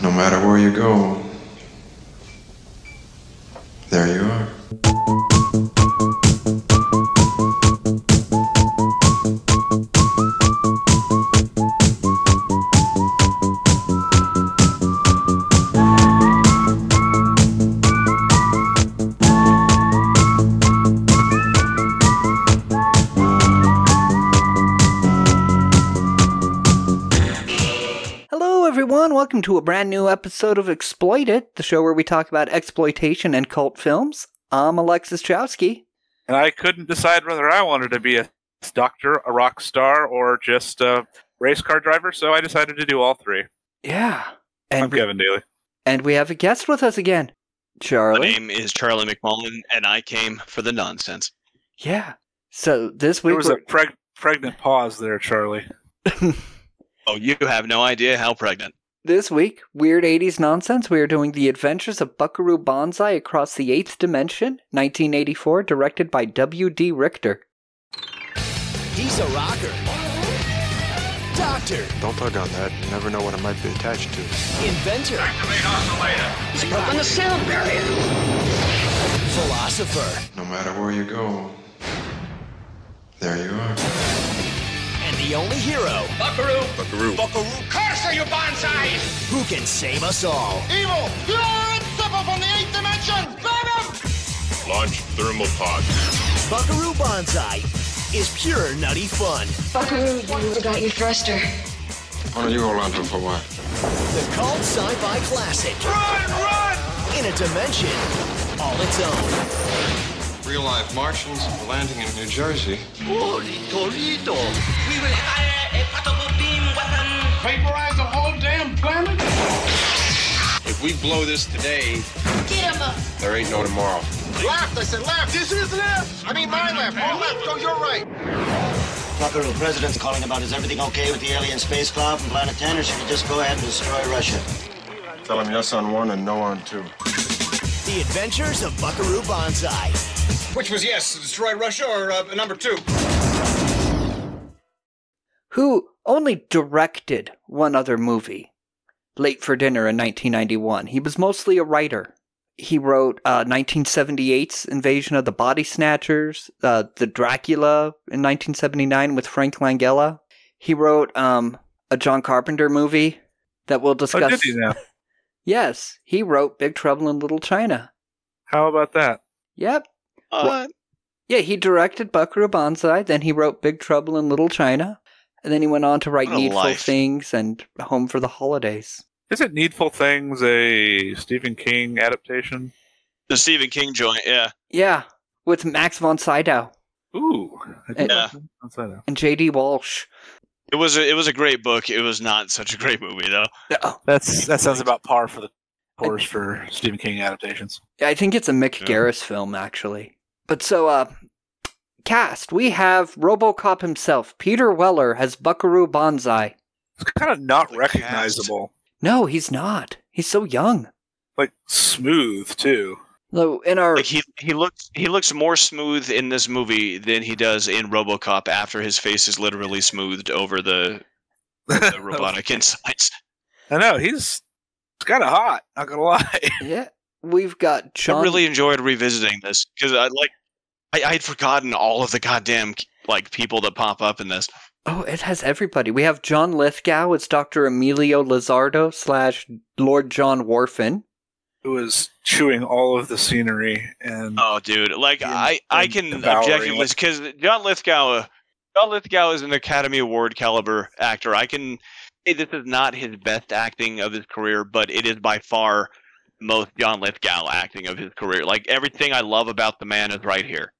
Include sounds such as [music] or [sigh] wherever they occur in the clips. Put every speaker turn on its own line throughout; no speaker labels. No matter where you go, there you are.
Hello, everyone. Welcome to a brand new episode of Exploit It, the show where we talk about exploitation and cult films. I'm Alexis Chowsky.
and I couldn't decide whether I wanted to be a doctor, a rock star, or just a race car driver. So I decided to do all three.
Yeah.
I'm
And,
Kevin Daly.
and we have a guest with us again, Charlie.
My name is Charlie McMullen, and I came for the nonsense.
Yeah. So this
There
week,
was a
we're,
preg- pregnant pause there, Charlie.
Oh, you have no idea how pregnant.
this week, weird '80s nonsense. We are doing the Adventures of Buckaroo Banzai across the Eighth Dimension, 1984, directed by W. D. Richter.
He's a rocker. Doctor.
Don't tug on that. You never know what it might be attached to.
Inventor. He's broken the sound barrier. Philosopher.
No matter where you go, there you are.
And the only hero. Buckaroo. Buckaroo. Buckaroo. Curse are you bonsais! Who can save us all?
Evil! You are inseparable from the eighth dimension! Burn him!
Launch thermal pod.
Buckaroo Banzai is pure nutty fun.
Buckaroo, you forgot your thruster.
Why don't you hold on to it for a while?
The cult sci-fi classic. Run, run! In a dimension all its own.
Real life Martians landing in New Jersey.
Holy Torito.
We will hire a portable beam weapon.
Vaporize the whole damn planet? If we blow this today,
Get him up!
there ain't no tomorrow.
Left! I said left! This is left! I mean my left! All left! Go your right!
Buckaroo, the president's calling about is everything okay with the alien space cloud from Planet 10, or should we just go ahead and destroy Russia?
Tell him yes on one and no on two.
The Adventures of Buckaroo Banzai.
Which was yes, destroy Russia or uh, number two?
who only directed one other movie, Late for Dinner in 1991. He was mostly a writer. He wrote uh, 1978's Invasion of the Body Snatchers, uh, The Dracula in 1979 with Frank Langella. He wrote um, a John Carpenter movie that we'll
Oh,
discuss.
did he now?
Yes, he wrote Big Trouble in Little China.
How about that?
Yep.
Uh,
Yeah, he directed Buckaroo Banzai, then he wrote Big Trouble in Little China, and then he went on to write
What a
Needful
life.
Things and Home for the Holidays.
Isn't Needful Things a Stephen King adaptation?
the Stephen King joint, yeah.
Yeah, with Max von Sydow
Ooh. I did
Yeah.
not say that.
and J.D. Walsh.
It was a, it was a great book. It was not such a great movie though.
Oh,
That's that sounds about par for the course for Stephen King adaptations.
I think it's a Mick
Yeah.
Garris film, actually. But so, uh, cast, we have RoboCop himself. Peter Weller as Buckaroo Banzai.
It's kind of not
The cast.
recognizable.
No, he's not. He's so young.
Like smooth too.
Though in our
Like he he looks he looks more smooth in this movie than he does in RoboCop after his face is literally smoothed over the,
[laughs]
the robotic insides.
I know he's. It's kind of hot. Not gonna lie.
yeah, we've got John.
I really enjoyed revisiting this because I like I, I had forgotten all of the goddamn like people that pop up in this.
Oh, it has everybody. We have John Lithgow as Doctor Emilio Lizardo slash Lord John Warfin.
It was chewing all of the scenery and
Oh, dude! Like
And-
I, I
and
can
devouring
objectively
it.
because John Lithgow, uh, John Lithgow is an Academy Award caliber actor. I can say this is not his best acting of his career, but it is by far most John Lithgow acting of his career. Like everything I love about the man is right here.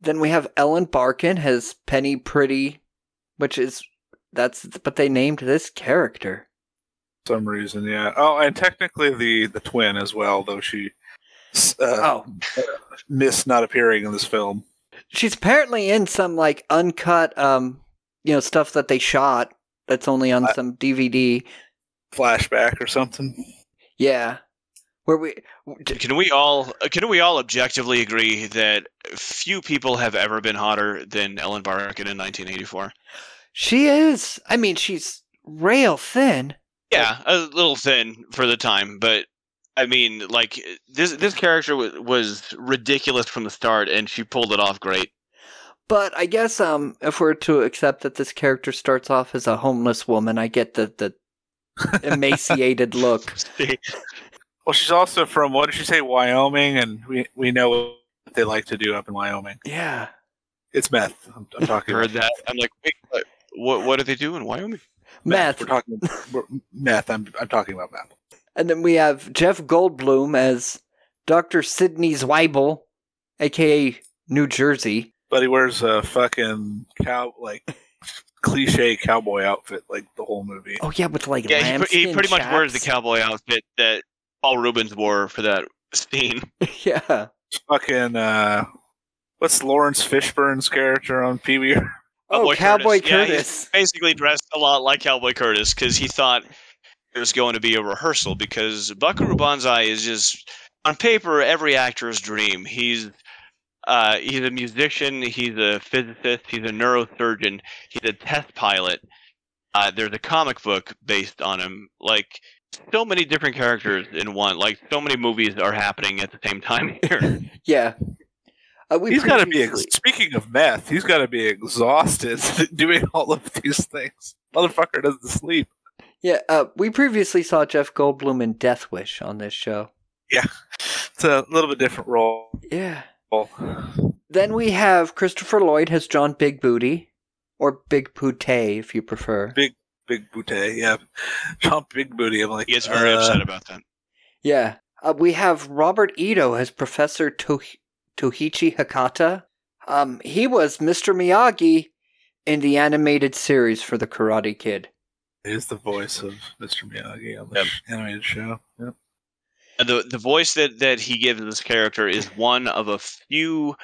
Then we have Ellen Barkin as Penny Pretty, which is that's but they named this character.
for some reason, yeah. Oh, and technically the the twin as well, though she s- uh,
Oh,
missed not appearing in this film.
she's apparently in some like uncut um you know stuff that they shot that's only on
I-
some DVD.
Flashback or something.
Yeah. Where we
Can we all can we all objectively agree that few people have ever been hotter than Ellen Barkin in 1984?
she is. I mean, she's rail thin.
Yeah, a little thin for the time, but I mean, like this this character was, was ridiculous from the start, and she pulled it off great. [laughs]
But I guess um, if we're to accept that this character starts off as a homeless woman, I get the [laughs] the emaciated look.
Well, she's also from what did she say, Wyoming, and we we know what they like to do up in Wyoming.
Yeah,
It's meth. I'm, I'm talking
Heard that? I'm like, wait, what? What, what do they do in Wyoming?
meth.
We're talking we're, meth. I'm I'm talking about meth.
And then we have Jeff Goldblum as Dr. Sidney Zweibel, aka New Jersey.
But he wears a fucking cow like cliche cowboy outfit like the whole movie.
Oh yeah, with like
Yeah, he, pr- he
lambskin
pretty much wears the
chaps.
cowboy outfit that Paul Rubens wore for that scene.
[laughs] yeah.
Fucking uh, what's Lawrence Fishburne's character on Pee Wee?
Oh, Cowboy
Cowboy Curtis. Yeah, he's-
Curtis.
Basically, dressed a lot like Cowboy Curtis because he thought it was going to be a rehearsal. Because Buckaroo Banzai is just on paper every actor's dream. He's uh, he's a musician. He's a physicist. He's a neurosurgeon. He's a test pilot. Uh, there's a comic book based on him. Like so many different characters in one. Like so many movies are happening at the same time [laughs] here.
Yeah. Uh, we
He's got to be. Ex-
previously-
speaking of meth, he's got to be exhausted [laughs] doing all of these things. Motherfucker doesn't sleep.
yeah, uh, we previously saw Jeff Goldblum in Death Wish on this show.
It's a little bit different role.
Yeah. Then we have Christopher Lloyd as John Big Booty, or Big Poote if you prefer.
Big- Big booty, yeah. [laughs] John Big Booty. I'm like,
He gets very
uh,
upset about that.
Yeah. Uh, we have Robert Ito as Professor to- Tohichi Hakata. Um, he was Mr. Miyagi in the animated series for The Karate Kid.
Is the voice of Mr. Miyagi on the
Yep.
sh- animated show? Yep.
And the the voice that that he gives this character is one of a few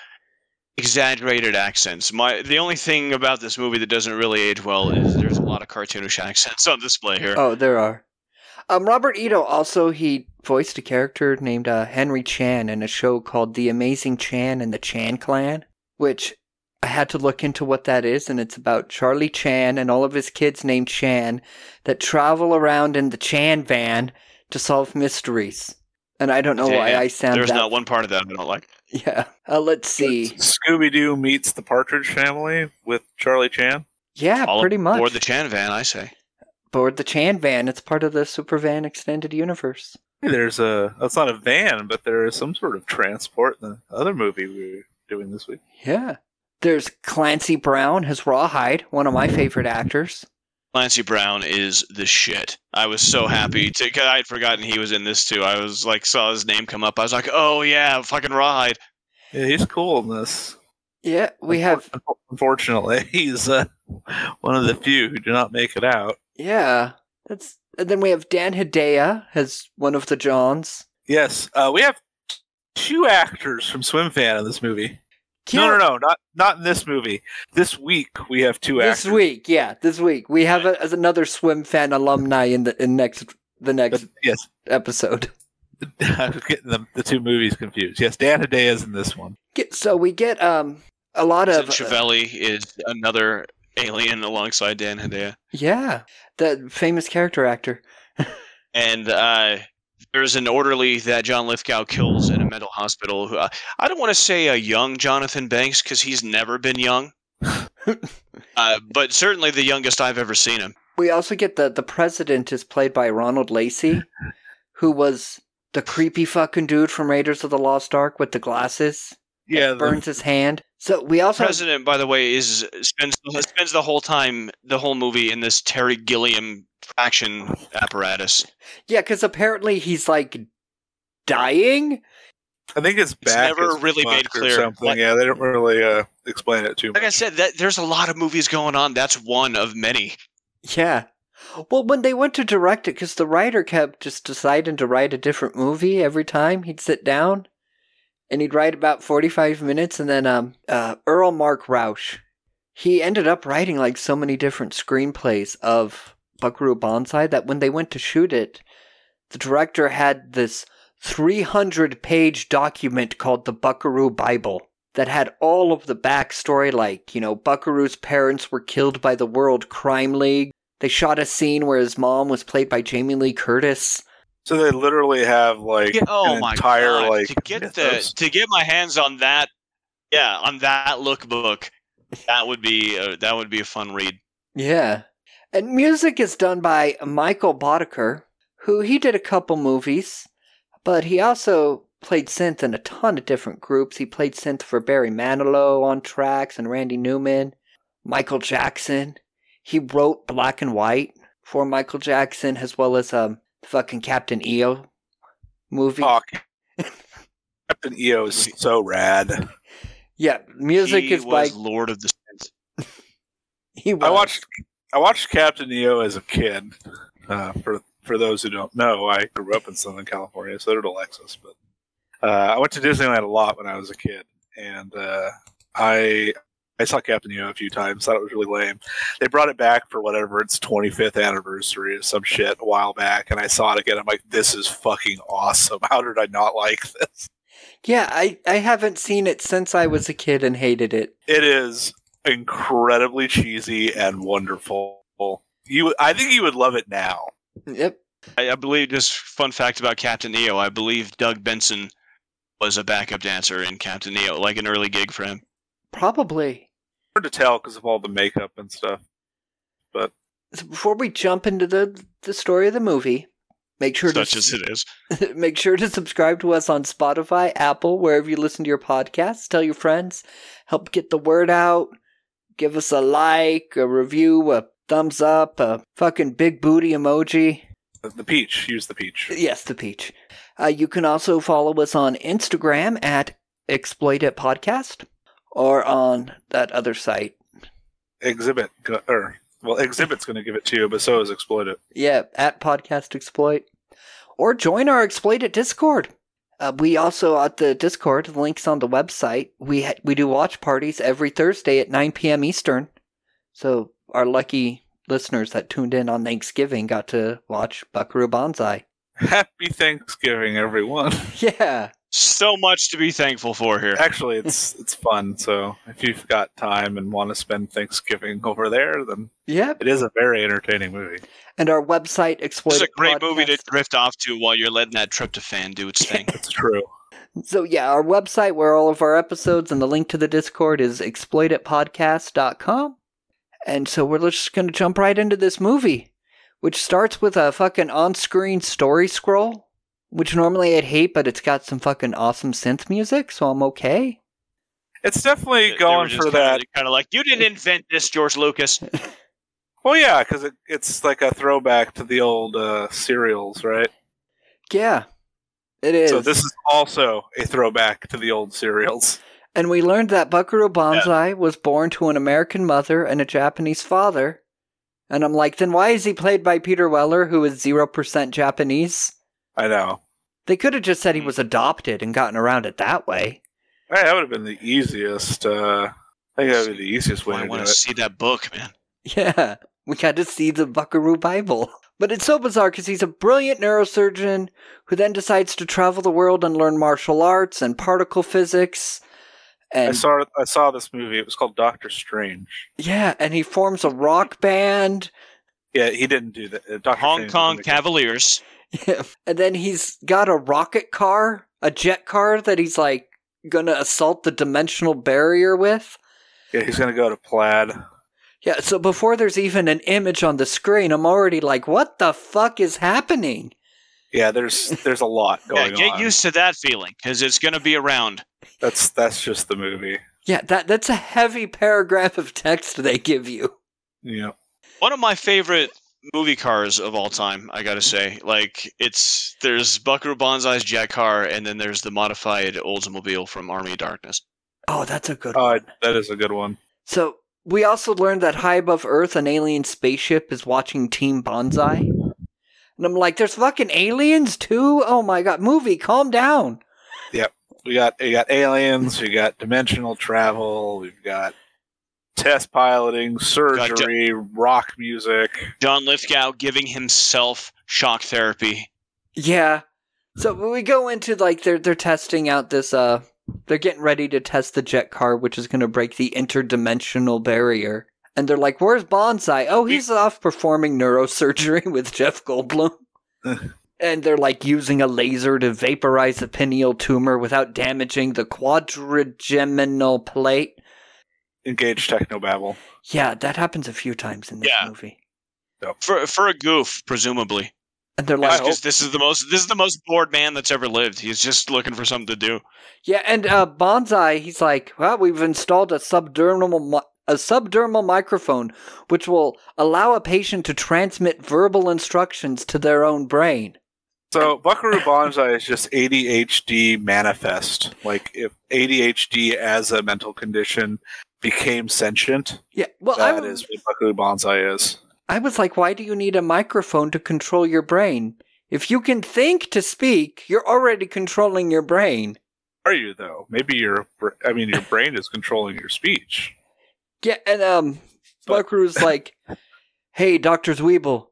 exaggerated accents. My the only thing about this movie that doesn't really age well is there's a lot of cartoonish accents on display here.
Oh, there are. Um, Robert Ito also he voiced a character named uh, Henry Chan in a show called The Amazing Chan and the Chan Clan, which I had to look into what that is, and it's about Charlie Chan and all of his kids named Chan that travel around in the Chan van to solve mysteries. And I don't know
Yeah,
why
yeah.
I sound
there's
that.
not one part of that I don't like.
[laughs] Yeah. Uh, let's see.
Scooby Doo meets the Partridge Family with Charlie Chan.
Yeah,
All
pretty much.
Or the Chan van, I say.
Board the Chan van. It's part of the Supervan extended universe.
Hey, There's a. That's not a van, but there is some sort of transport in the other movie we were doing this week.
Yeah. There's Clancy Brown as Rawhide, one of my favorite actors.
Clancy Brown is the shit. I was so happy to. Cause I had forgotten he was in this too. I was like, saw his name come up. I was like, oh yeah, fucking Rawhide.
Yeah, he's cool in this.
Yeah, we have
Unfor- Unfortunately, [laughs] he's uh, one of the few who do not make it out.
yeah. That's and then we have Dan Hedaya as one of the Johns.
Yes, uh, we have two actors from Swim Fan in this movie. No, no, no, not not in this movie. This week we have two
This
actors.
week, yeah, this week we have a, as another swim fan alumni in the in next the
But,
next
yes, [laughs]
episode. [laughs]
I was getting the, the two movies confused. Yes, Dan Hedaya is in this one.
Get, so we get um a lot
Vincent
of
Chiavelli is another alien alongside Dan Hedaya.
yeah, the famous character actor.
and uh, there's an orderly that John Lithgow kills in a mental hospital. Who, uh, I don't want to say a young Jonathan Banks because he's never been young, uh, but certainly the youngest I've ever seen him.
We also get the the president is played by Ronald Lacey, who was the creepy fucking dude from Raiders of the Lost Ark with the glasses.
Yeah,
burns his hand. So we also
President, by the way, is spends spends the whole time, the whole movie in this Terry Gilliam traction apparatus.
yeah, because apparently he's like dying.
I think it's
It's
back.
never
is
really made
fucked or
clear
Something.
what-
Yeah, they don't really uh, explain it too much.
Like I said, that there's a lot of movies going on. That's one of many.
Yeah. Well, when they went to direct it, because the writer kept just deciding to write a different movie every time, he'd sit down and he'd write about forty-five minutes, and then um, uh, Earl Mark Roush, he ended up writing like so many different screenplays of Buckaroo Banzai that when they went to shoot it, the director had this three-hundred-page document called the Buckaroo Bible that had all of the backstory, like, you know, Buckaroo's parents were killed by the World Crime League. They shot a scene where his mom was played by Jamie Lee Curtis.
So they literally have like
Yeah, oh
an
my
entire
god!
like
to get the
mythos.
to get my hands on that, yeah, on that lookbook, that would be uh, that would be a fun read.
Yeah. And music is done by Michael Boddicker, who he did a couple movies, but he also played synth in a ton of different groups. He played synth for Barry Manilow on tracks and Randy Newman, Michael Jackson. He wrote Black and White for Michael Jackson, as well as um fucking Captain EO movie.
talk. [laughs] Captain EO is so rad.
yeah, music
he
is by
was Lord of the Synths.
he
I
was-
watched I watched Captain EO as a kid. Uh, for for those who don't know, I grew up in Southern California, so did Alexis. But uh, I went to Disneyland a lot when I was a kid, and uh, I I saw Captain EO a few times. Thought it was really lame. They brought it back for whatever its 25th anniversary or some shit a while back, and I saw it again. I'm like, this is fucking awesome. [laughs] How did I not like this?
Yeah, I, I haven't seen it since I was a kid and hated it.
It is incredibly cheesy and wonderful. You, I think you would love it now.
Yep.
I, I believe just fun fact about Captain EO. I believe Doug Benson was a backup dancer in Captain EO, like an early gig for him.
Probably.
hard to tell because of all the makeup and stuff.
So before we jump into the the story of the movie, make sure
Such
to
as it is.
[laughs] make sure to subscribe to us on Spotify, Apple, wherever you listen to your podcasts. Tell your friends, help get the word out. Give us a like, a review, a thumbs up, a fucking big booty emoji.
The peach, use the peach.
Yes, the peach. Uh, you can also follow us on Instagram at Exploit It Podcast or on that other site.
Exhibit, go- or well, exhibit's going to give it to you, but so is exploit it.
Yeah, at Podcast Exploit. Or join our Exploit at Discord. Uh, we also, at the Discord, the link's on the website. We, ha- we do watch parties every Thursday at 9 p.m. Eastern. So our lucky listeners that tuned in on Thanksgiving got to watch Buckaroo Banzai. [laughs]
Happy Thanksgiving, everyone. [laughs]
Yeah.
So much to be thankful for here.
Actually, it's it's fun. So if you've got time and want to spend Thanksgiving over there, then
Yep.
it is a very entertaining movie.
And our website, Exploit
It's a great movie to
Podcast.
drift off to while you're letting that tryptophan do
[laughs]
its thing.
It's true.
So yeah, our website where all of our episodes and the link to the Discord is exploititpodcast.com. And so we're just going to jump right into this movie, which starts with a fucking on-screen story scroll, which normally I'd hate, but it's got some fucking awesome synth music, so I'm okay.
It's definitely
They- they were
going
just
for
kinda-
that.
Kind of like you didn't invent this,
[laughs]
George Lucas.
Well, yeah, because it, it's like a throwback to the old uh, serials, right?
Yeah, it is.
So this is also a throwback to the old serials.
And we learned that Buckaroo Banzai was born to an American mother and a Japanese father. And I'm like, then why is he played by Peter Weller, who is 0% Japanese?
I know.
They could have just said he
Hmm.
was adopted and gotten around it that way.
Hey, that would have been the easiest. Uh, I think that would be the easiest way
I
to do
want
it.
to see that book, man.
[laughs] Yeah, we got to see the Buckaroo Bible. [laughs] But it's so bizarre because he's a brilliant neurosurgeon who then decides to travel the world and learn martial arts and particle physics.
I
And
saw I saw this movie. It was called Doctor Strange.
yeah, and he forms a rock band. [laughs]
Yeah, he didn't do that. Uh, Doctor
Hong
Strange
Kong
didn't make it.
Cavaliers.
and then he's got a rocket car, a jet car that he's like gonna assault the dimensional barrier with.
Yeah, he's gonna go to plaid.
Yeah, so before there's even an image on the screen, I'm already like, what the fuck is happening?
Yeah, there's
[laughs]
there's a lot
Yeah,
going
get
on.
used to that feeling because it's going to be around.
That's that's just the movie.
Yeah, that that's a heavy paragraph of text they give you.
Yeah,
One of my favorite movie cars of all time, I gotta say. Like it's there's Buckaroo Banzai's jet car, and then there's the modified Oldsmobile from Army of Darkness.
Oh, that's a good
uh,
one.
that is a good one.
So we also learned that high above Earth, an alien spaceship is watching Team Bonsai, and I'm like, "There's fucking aliens too! Oh my god, movie, calm down."
We got we got aliens. We got dimensional travel. We've got test piloting, surgery, rock music.
John Lithgow giving himself shock therapy.
Yeah. So when we go into like they're they're testing out this uh they're getting ready to test the jet car which is going to break the interdimensional barrier. and they're like, "Where's Bonsai? Oh, he's off performing neurosurgery [laughs] with Jeff Goldblum." and they're like using a laser to vaporize the pineal tumor without damaging the quadrigeminal plate.
Engage technobabble.
Yeah, that happens a few times in this
Yeah.
movie.
for for a goof, presumably.
And they're
It's
like,
just- this is the most this is the most bored man that's ever lived. He's just looking for something to do.
Yeah, and uh, Bonsai, he's like, well, we've installed a subdermal mi- a subdermal microphone, which will allow a patient to transmit verbal instructions to their own brain.
So Buckaroo Banzai is just ADHD manifest. Like if ADHD as a mental condition became sentient,
Yeah, well, I
that
w-
is what Buckaroo Banzai is.
I was like, why do you need a microphone to control your brain? If you can think to speak, you're already controlling your brain.
Are you though? Maybe your br- I mean your brain is controlling your speech.
Yeah, and um,
But- [laughs]
Buckaroo's like, "Hey, Doctor Zweeble,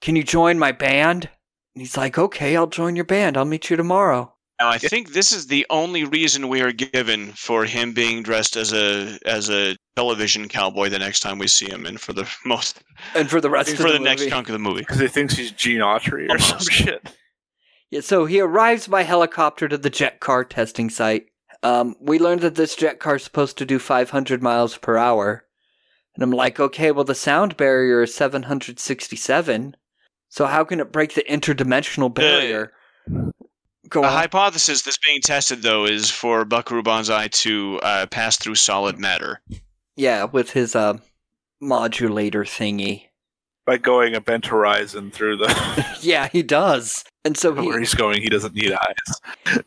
can you join my band?" And he's like, "Okay, I'll join your band. I'll meet you tomorrow."
Now I think this is the only reason we are given for him being dressed as a as a television cowboy the next time we see him, and for the [laughs] most
And for the rest of
for the,
the,
next
movie-
chunk of the movie.
Because he thinks he's Gene Autry or some
Almost.
shit.
Yeah, so he arrives by helicopter to the jet car testing site. Um, we learned that this jet car is supposed to do 500 miles per hour. And I'm like, okay, well, the sound barrier is 767. So how can it break the interdimensional barrier? Go
The
on.
hypothesis that's being tested though is for Buckaroo Banzai to uh, pass through solid matter.
yeah, with his uh, modulator thingy.
By going a bent horizon through the [laughs]
Yeah, he does. And so
where
he,
he's going, he doesn't need eyes.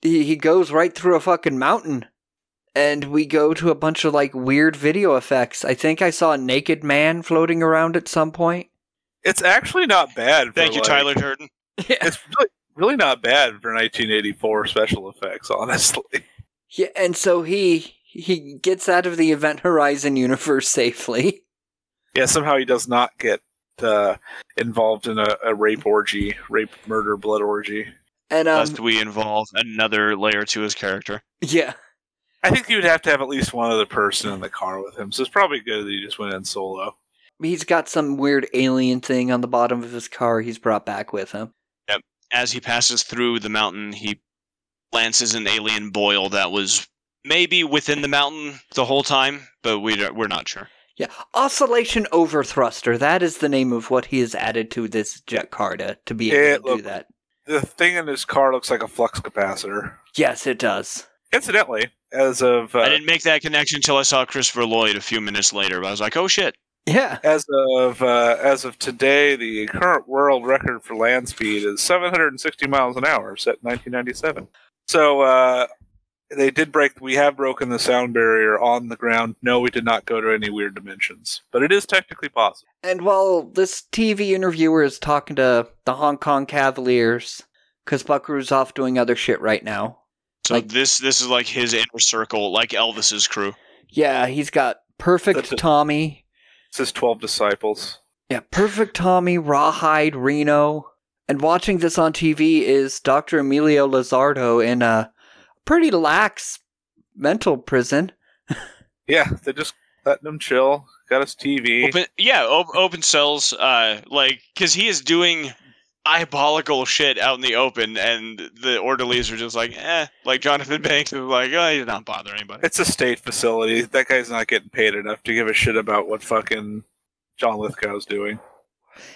he he goes right through a fucking mountain. And we go to a bunch of like weird video effects. I think I saw a naked man floating around at some point.
It's actually not bad. for,
Thank you,
like-
Tyler Durden.
Yeah.
It's really, really not bad for 1984 special effects, honestly.
yeah, and so he he gets out of the Event Horizon universe [laughs] safely.
Yeah, somehow he does not get uh, involved in a, a rape orgy, rape, murder, blood orgy.
And um,
Lest we involve another layer to his character.
yeah,
I think you'd have to have at least one other person in the car with him, so it's probably good that he just went in solo.
he's got some weird alien thing on the bottom of his car. He's brought back with him.
As he passes through the mountain, he lances an alien boil that was maybe within the mountain the whole time, but we don't, we're not sure.
Yeah, oscillation overthruster. That is the name of what he has added to this jet car to, to be able
Yeah,
to do
look-
that.
The thing in his car looks like a flux capacitor.
Yes, it does.
Incidentally, as of
I
uh,
didn't make that connection until I saw Christopher Lloyd a few minutes later. But I was like, oh shit.
Yeah,
as of uh, as of today, the current world record for land speed is 760 miles an hour, set in 1997. So uh, they did break. We have broken the sound barrier on the ground. No, we did not go to any weird dimensions, but it is technically possible.
and while this TV interviewer is talking to the Hong Kong Cavaliers, because Buckaroo's off doing other shit right now,
So
Like-
this this is like his inner circle, like Elvis's crew.
Yeah, he's got
That's
perfect
a-
Tommy.
It says 12 disciples.
Yeah, perfect Tommy, Rawhide, Reno. And watching this on TV is Dr. Emilio Lizardo in a pretty lax mental prison.
Yeah, they just letting him chill. Got his TV.
Open, yeah, op- open cells. Uh, like because he is doing diabolical shit out in the open, and the orderlies are just like, eh. Like Jonathan Banks is like, oh, he's not bothering anybody.
It's a state facility. That guy's not getting paid enough to give a shit about what fucking John Lithgow's doing.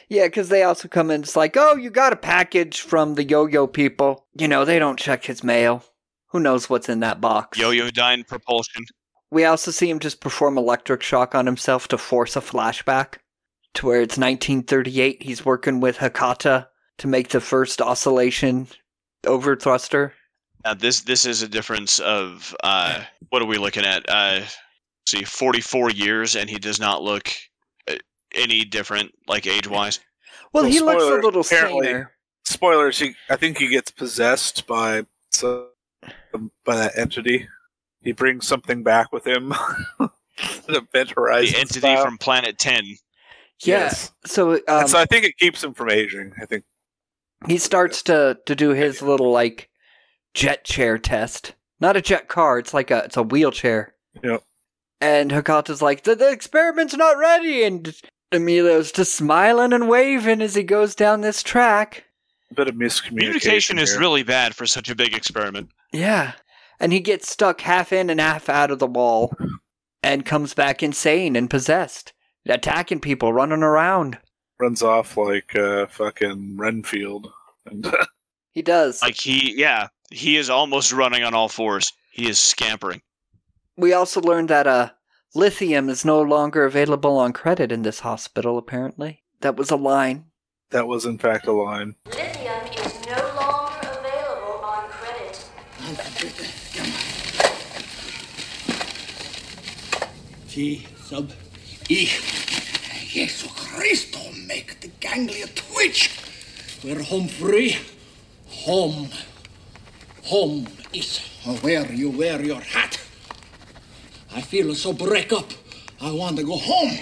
Yeah, because they also come in, it's like, oh, you got a package from the yo yo people. You know, they don't check his mail. Who knows what's in that box?
Yo-yo dyne propulsion.
We also see him just perform electric shock on himself to force a flashback to where it's 1938. He's working with Hakata to make the first oscillation over thruster.
Now this this is a difference of uh, what are we looking at? Uh, let's see, forty-four years, and he does not look uh, any different, like age-wise.
Well, he
Well,
looks a
spoiler,
little
apparently.
saner.
Spoilers. He, I think he gets possessed by some, by that entity. He brings something back with him. [laughs] the Event Horizon
The entity
style.
from Planet Ten.
Yeah. So um,
and so I think it keeps him from aging. I think
he starts to to do his little like jet chair test. Not a jet car. It's like a it's a wheelchair.
Yep.
And Hakata's like, the, the experiment's not ready. And Emilio's just smiling and waving as he goes down this track.
A bit of miscommunication.
Communication is
here.
really bad for such a big experiment.
Yeah. And he gets stuck half in and half out of the wall and comes back insane and possessed, attacking people, running around.
runs off like uh, fucking Renfield. And [laughs]
He does.
Like he, yeah, he is almost running on all fours. He is scampering.
we also learned that uh, lithium is no longer available on credit in this hospital, apparently. That was a line. [laughs]
that was in fact a line.
Lithium is no longer available on credit.
T sub E. Jesus Christ, don't make the ganglia twitch. We're home free. Home. Home is where you wear your hat. I feel so break up. I want to go home.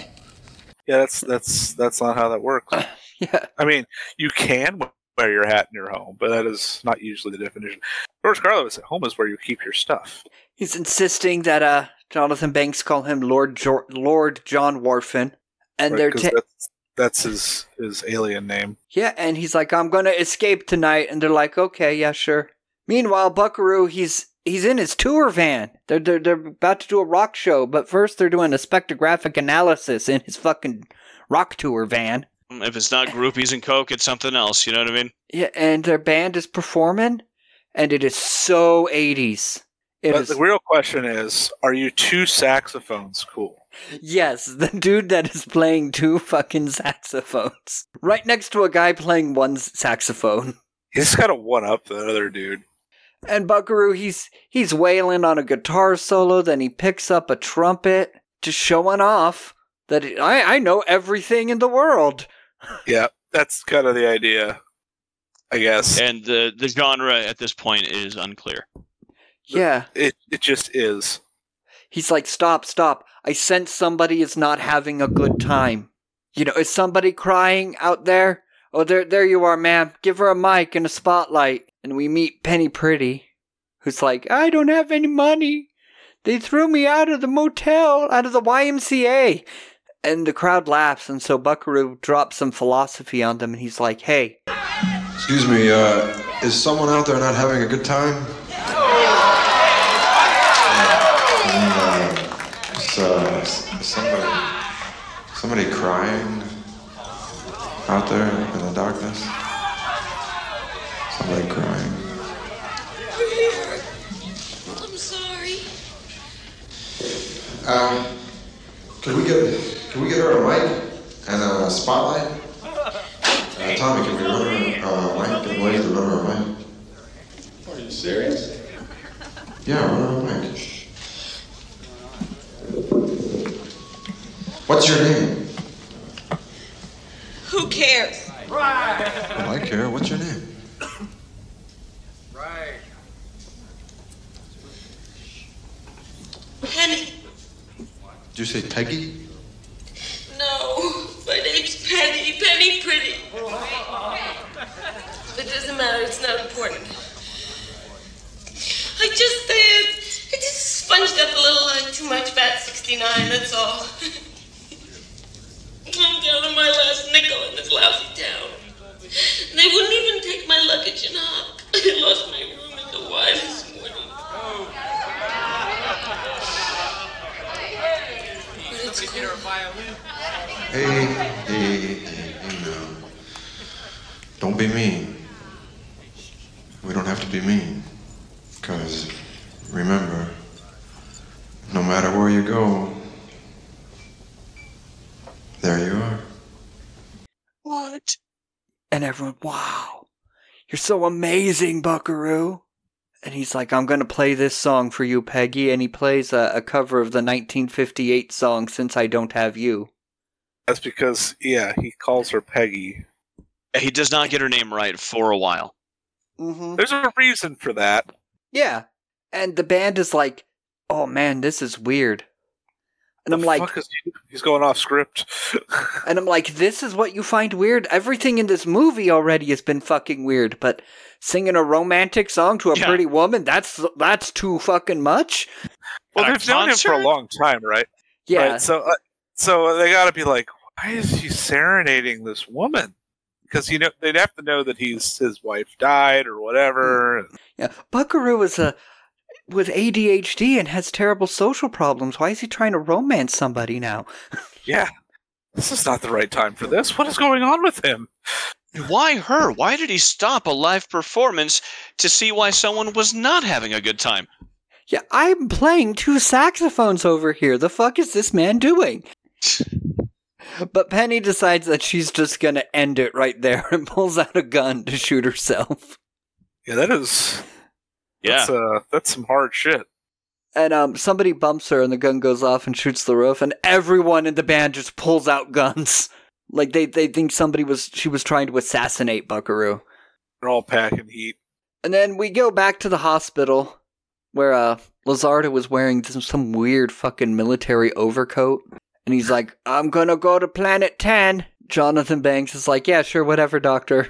Yeah, that's that's that's not how that works.
Yeah.
I mean, you can wear your hat in your home, but that is not usually the definition. George Carlo is at home is where you keep your stuff.
He's insisting that uh, Jonathan Banks call him Lord jo- Lord John Warfin, and
right?
they're
'Cause
ta-
that's, that's his his alien name.
yeah, and he's like, "I'm gonna escape tonight," and they're like, "Okay, yeah, sure." Meanwhile, Buckaroo, he's he's in his tour van. They're they're, they're about to do a rock show, but first they're doing a spectrographic analysis in his fucking rock tour van.
If it's not groupies and coke, it's something else. You know what I mean?
Yeah, and their band is performing, and it is so 80s. It
But
is
the real question is, are you two saxophones cool?
yes, the dude that is playing two fucking saxophones right next to a guy playing one s- saxophone.
He's got to one up that other dude.
And Buckaroo, he's he's wailing on a guitar solo. Then he picks up a trumpet, just showing off that it, I I know everything in the world.
Yeah, that's kind of the idea, I guess.
And the the genre at this point is unclear.
Yeah,
It it just is.
he's like, stop, stop. I sense somebody is not having a good time. You know, is somebody crying out there? Oh, there, there you are, ma'am. Give her a mic and a spotlight. And we meet Penny Pretty, who's like, I don't have any money. They threw me out of the motel, out of the YMCA. And the crowd laughs, and so Buckaroo drops some philosophy on them, and he's like, hey,
Excuse me, uh, is someone out there not having a good time? Uh, is, uh, is somebody, somebody crying out there in the darkness? Somebody crying.
I'm sorry.
Um, can we get can we get her a mic and a spotlight? Uh, Tommy, can we run her uh, mic? Get Blaze to run her a mic.
Are you serious?
Yeah, run her a mic. What's your name?
Who cares?
Well, I care. What's your name?
Penny.
Did you say Peggy?
No. My name's Penny. Penny Pretty. It doesn't matter. It's not important. I just uh, I just sponged up a little uh, too much about 69. That's all. [laughs] I'm down to my last nickel in this lousy town. They wouldn't even take my luggage and hop. [laughs] I lost my room at the Y this morning. But it's cool.
Hey, hey, hey, hey, no. Don't be mean. We don't have to be mean. Because, remember, no matter where you go, there you are.
What?
And everyone, wow, you're so amazing, Buckaroo. And he's like, I'm going to play this song for you, Peggy. And he plays a, a cover of the 1958 song, Since I Don't Have You.
That's because yeah, he calls her Peggy.
He does not get her name right for a while.
Mm-hmm.
There's a reason for that.
Yeah. And the band is like, oh man, this is weird. And I'm
The
like,
fuck is he- he's going off script.
and I'm like, this is what you find weird. Everything in this movie already has been fucking weird, but singing a romantic song to a
Yeah.
pretty woman, that's that's too fucking much.
Well,
At a
they've known him for a
concert?
long time, right?
Yeah.
Right, so, uh, so they got to be like, why is he serenading this woman? Because you know they'd have to know that he's his wife died or whatever.
Yeah, Buckaroo is a with ADHD and has terrible social problems. Why is he trying to romance somebody now?
Yeah, this is not the right time for this. What is going on with him?
Why her? Why did he stop a live performance to see why someone was not having a good time?
Yeah, I'm playing two saxophones over here. The fuck is this man doing? But Penny decides that she's just gonna end it right there and pulls out a gun to shoot herself.
Yeah, that is.
Yeah,
that's, uh, that's some hard shit.
And um, somebody bumps her, and the gun goes off and shoots the roof, and everyone in the band just pulls out guns. Like they, they think somebody was she was trying to assassinate Buckaroo.
They're all packing heat.
And then we go back to the hospital where uh Lazarda was wearing some, some weird fucking military overcoat. And he's like, I'm gonna go to Planet 10. Jonathan Banks is like, Yeah, sure, whatever, doctor.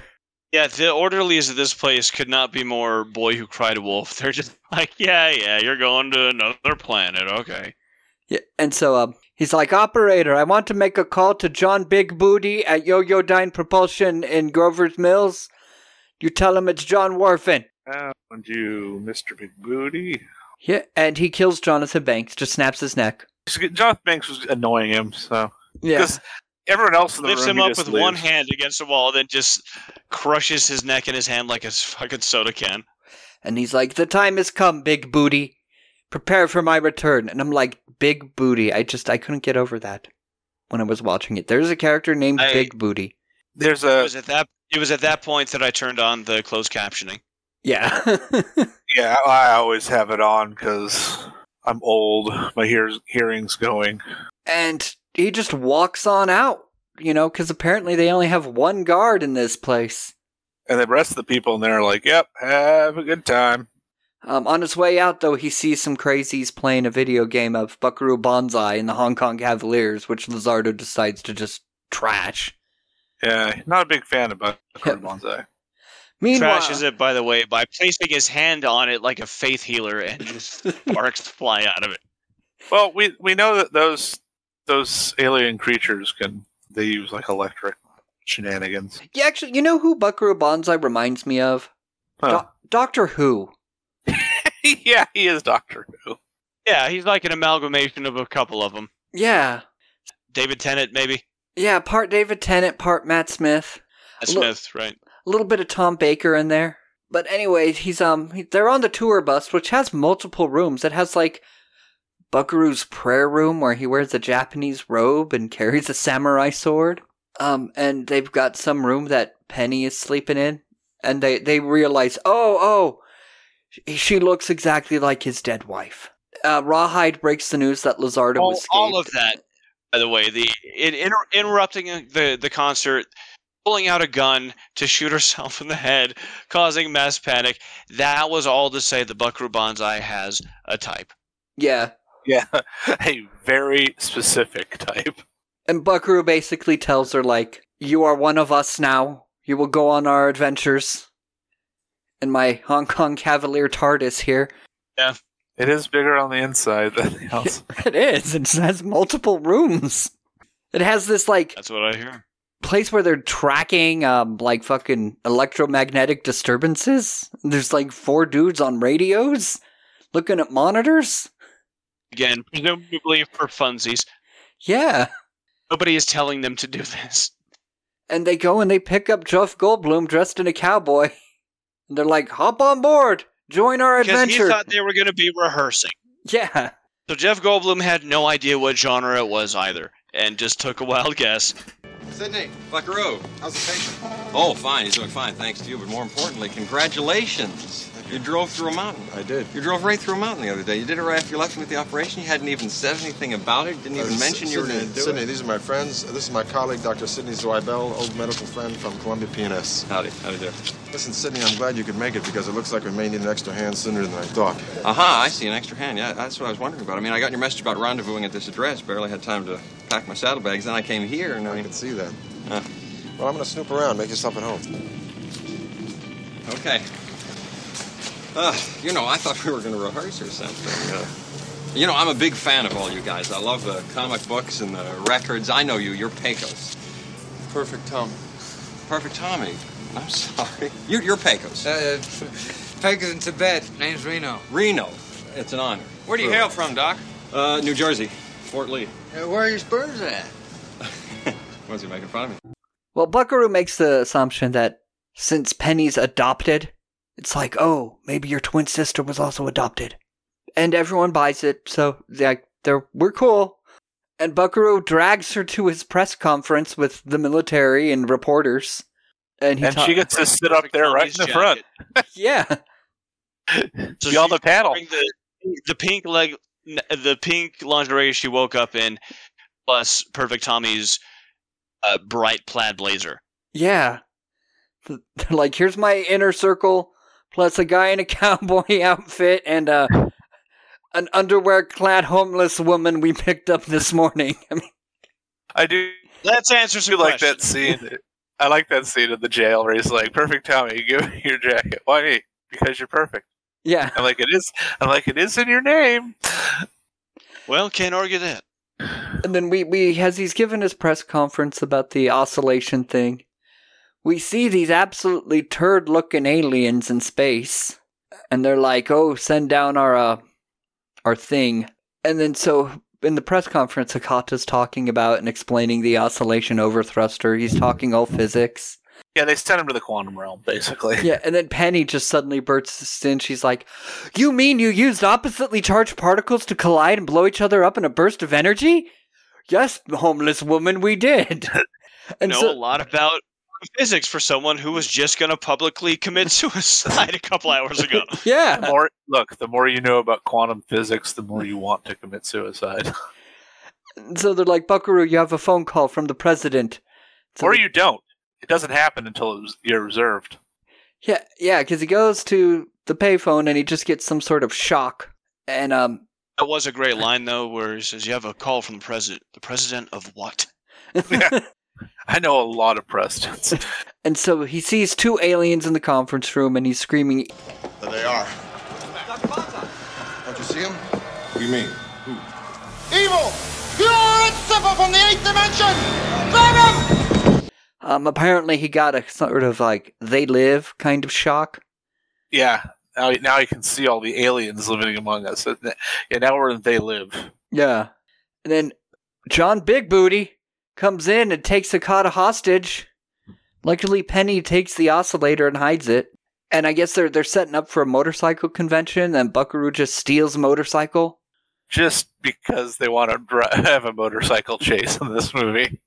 Yeah, the orderlies at this place could not be more boy who cried wolf. [laughs] They're just like, yeah, yeah, you're going to another planet. Okay.
Yeah. And so um, he's like, Operator, I want to make a call to John Big Booty at Yo Yo Dine Propulsion in Grover's Mills. You tell him it's John Warfin.
Found you, Mister Big Booty.
Yeah. And he kills Jonathan Banks, just snaps his neck.
Jonathan Banks was annoying him, so
Yeah.
'Cause everyone else in the
Lifts
room
him
he
up
just
with
leaves.
one hand against the wall, then just crushes his neck in his hand like a s- fucking soda can.
And he's like, The time has come, big booty. Prepare for my return. And I'm like, Big booty. I just, I couldn't get over that when I was watching it. There's a character named
I-
Big Booty.
There's
It
a
was at that. It was at that point that I turned on the closed captioning.
Yeah. [laughs]
yeah. I I always have it on because I'm old. My hears hearing's going.
and he just walks on out, you know, because apparently they only have one guard in this place.
And the rest of the people in there are like, yep, have a good time.
Um, on his way out, though, he sees some crazies playing a video game of Buckaroo Banzai and the Hong Kong Cavaliers, which Lizardo decides to just trash.
Yeah, not a big fan of Buck
Yep.
Bonsai.
Meanwhile,
Trashes it, by the way, by placing his hand on it like a faith healer, and
[laughs]
just sparks fly out of it.
Well, we we know that those those alien creatures can they use like electric shenanigans. [laughs]
Yeah, actually, you know who Buckaroo Banzai reminds me of?
Huh.
Do- Doctor Who.
yeah, he is Doctor Who.
Yeah, he's like an amalgamation of a couple of them.
Yeah.
David Tennant, maybe.
Yeah, part David Tennant, part Matt Smith.
Matt
Look-
Smith, right?
A little bit of Tom Baker in there. But anyway, he's um he, they're on the tour bus which has multiple rooms. It has like Buckaroo's prayer room where he wears a Japanese robe and carries a samurai sword. Um and they've got some room that Penny is sleeping in and they they realize, "Oh, oh. sh- She looks exactly like his dead wife." Uh, Rawhide breaks the news that Lazardo
all,
escaped.
Oh, all of that by the way the in, inter, interrupting the the concert pulling out a gun to shoot herself [laughs] in the head causing mass panic that was all to say the buckaroo banzai has a type
Yeah.
Yeah, [laughs] a very specific type.
And Buckaroo basically tells her, like, you are one of us now. You will go on our adventures. And my Hong Kong Cavalier TARDIS here. [laughs]
It is bigger on the inside than the outside.
It is. It has multiple rooms. It has this, like,
that's what i hear
place where they're tracking, um, like, fucking electromagnetic disturbances. There's, like, four dudes on radios looking at monitors.
again presumably for funsies
Yeah.
nobody is telling them to do [laughs] this
And they go and they pick up Jeff Goldblum dressed in a cowboy. [laughs] And they're like, hop on board. Join our
because he
adventure.
thought they were going to be rehearsing
yeah.
so jeff goldblum had no idea what genre it was either and just took a wild guess
Sydney,
Buckaroo.
how's the patient?
Oh, fine. He's doing fine, thanks to you. But more importantly, congratulations. You drove through a mountain.
I did.
You drove right through a mountain the other day. You did it right after you left me with the operation. You hadn't even said anything about it. Didn't even
Uh,
mention you were
Sydney,
going to do
Sydney,
it.
these are my friends. This is my colleague, Dr. Sydney Zweibel, old medical friend from Columbia PNS.
Howdy. Howdy there.
Listen, Sydney, I'm glad you could make it because it looks like we may need an extra hand sooner than I thought.
Aha, I see an extra hand. Yeah, that's what I was wondering about. I mean, I got your message about rendezvousing at this address. Barely had time to pack my saddlebags. Then I came here, and I Uh-uh.
I
mean,
can see that.
Yeah.
Well, I'm going to snoop around. Make yourself at home.
okay. Uh, you know, I thought we were going to rehearse or something. Uh, You know, I'm a big fan of all you guys. I love the comic books and the records. I know you. You're Pecos. Perfect Tommy. Perfect Tommy. I'm sorry. You're, you're Pecos. Uh, Pecos in Tibet. Name's Reno. Reno. It's an honor.
Where do you
Really.
hail from, Doc? Uh,
Uh, New Jersey, Fort Lee.
where are your spurs
[laughs]
at?
Was he making fun of me?
Well, Buckaroo makes the assumption that since Penny's adopted, it's like, oh, maybe your twin sister was also adopted. And everyone buys it, so they're, they're, we're cool. And Buckaroo drags her to his press conference with the military and reporters. And, he
and
ta-
she gets to sit up there right in the front.
[laughs] Yeah.
be on the panel.
The, the pink leg, the pink lingerie she woke up in, plus Perfect Tommy's uh, bright plaid blazer.
Yeah. [laughs] They're like, here's my inner circle, plus a guy in a [laughs] cowboy outfit and uh, an underwear clad homeless woman we picked up this morning. [laughs] I mean,
I do.
Let's answer some
like that scene. I like that scene in the jail where he's like, "Perfect Tommy, give me your jacket." Why me? Because you're perfect.
Yeah.
I'm like it is. I'm like it is in your name.
Well, can't argue that.
and then we, we, as he's given his press conference about the oscillation thing, we see these absolutely turd looking aliens in space. And they're like, oh, send down our, uh, our thing. And then so in the press conference, Hakata's talking about and explaining the oscillation overthruster. He's talking all physics.
Yeah, they sent him to the quantum realm,
[laughs]
basically.
Yeah, and then Penny just suddenly bursts in. She's like, You mean you used oppositely charged particles to collide and blow each other up in a burst of energy? Yes, homeless woman, we did. And
know a
so,
lot about physics for someone who was just going to publicly commit [laughs] suicide a couple hours ago.
Yeah.
The more, look, the more you know about quantum physics, the more you want to commit suicide.
so they're like, Buckaroo, you have a phone call from the president. So
or
they-
you don't. It doesn't happen until it was- you're reserved.
Yeah, yeah, because he goes to the payphone and he just gets some sort of shock. And, um,
[laughs] That was a great line though, where he says, "You have a call from the president. The president of what?"
I know a lot of presidents.
and so he sees two aliens in the conference room and he's screaming,
There they are. Don't you see him?
What do you mean?
Evil! Pure and simple from the eighth dimension! Grab him!
Um, apparently he got a sort of like they live kind of shock.
Yeah. Now, now you can see all the aliens living among us. isn't it? Yeah, now we're in They Live.
Yeah. And then John Big Booty comes in and takes Akata hostage. Luckily, Penny takes the oscillator and hides it. And I guess they're they're setting up for a motorcycle convention, and Buckaroo just steals a motorcycle.
Just because they want to dri [laughs] have a motorcycle chase in this movie.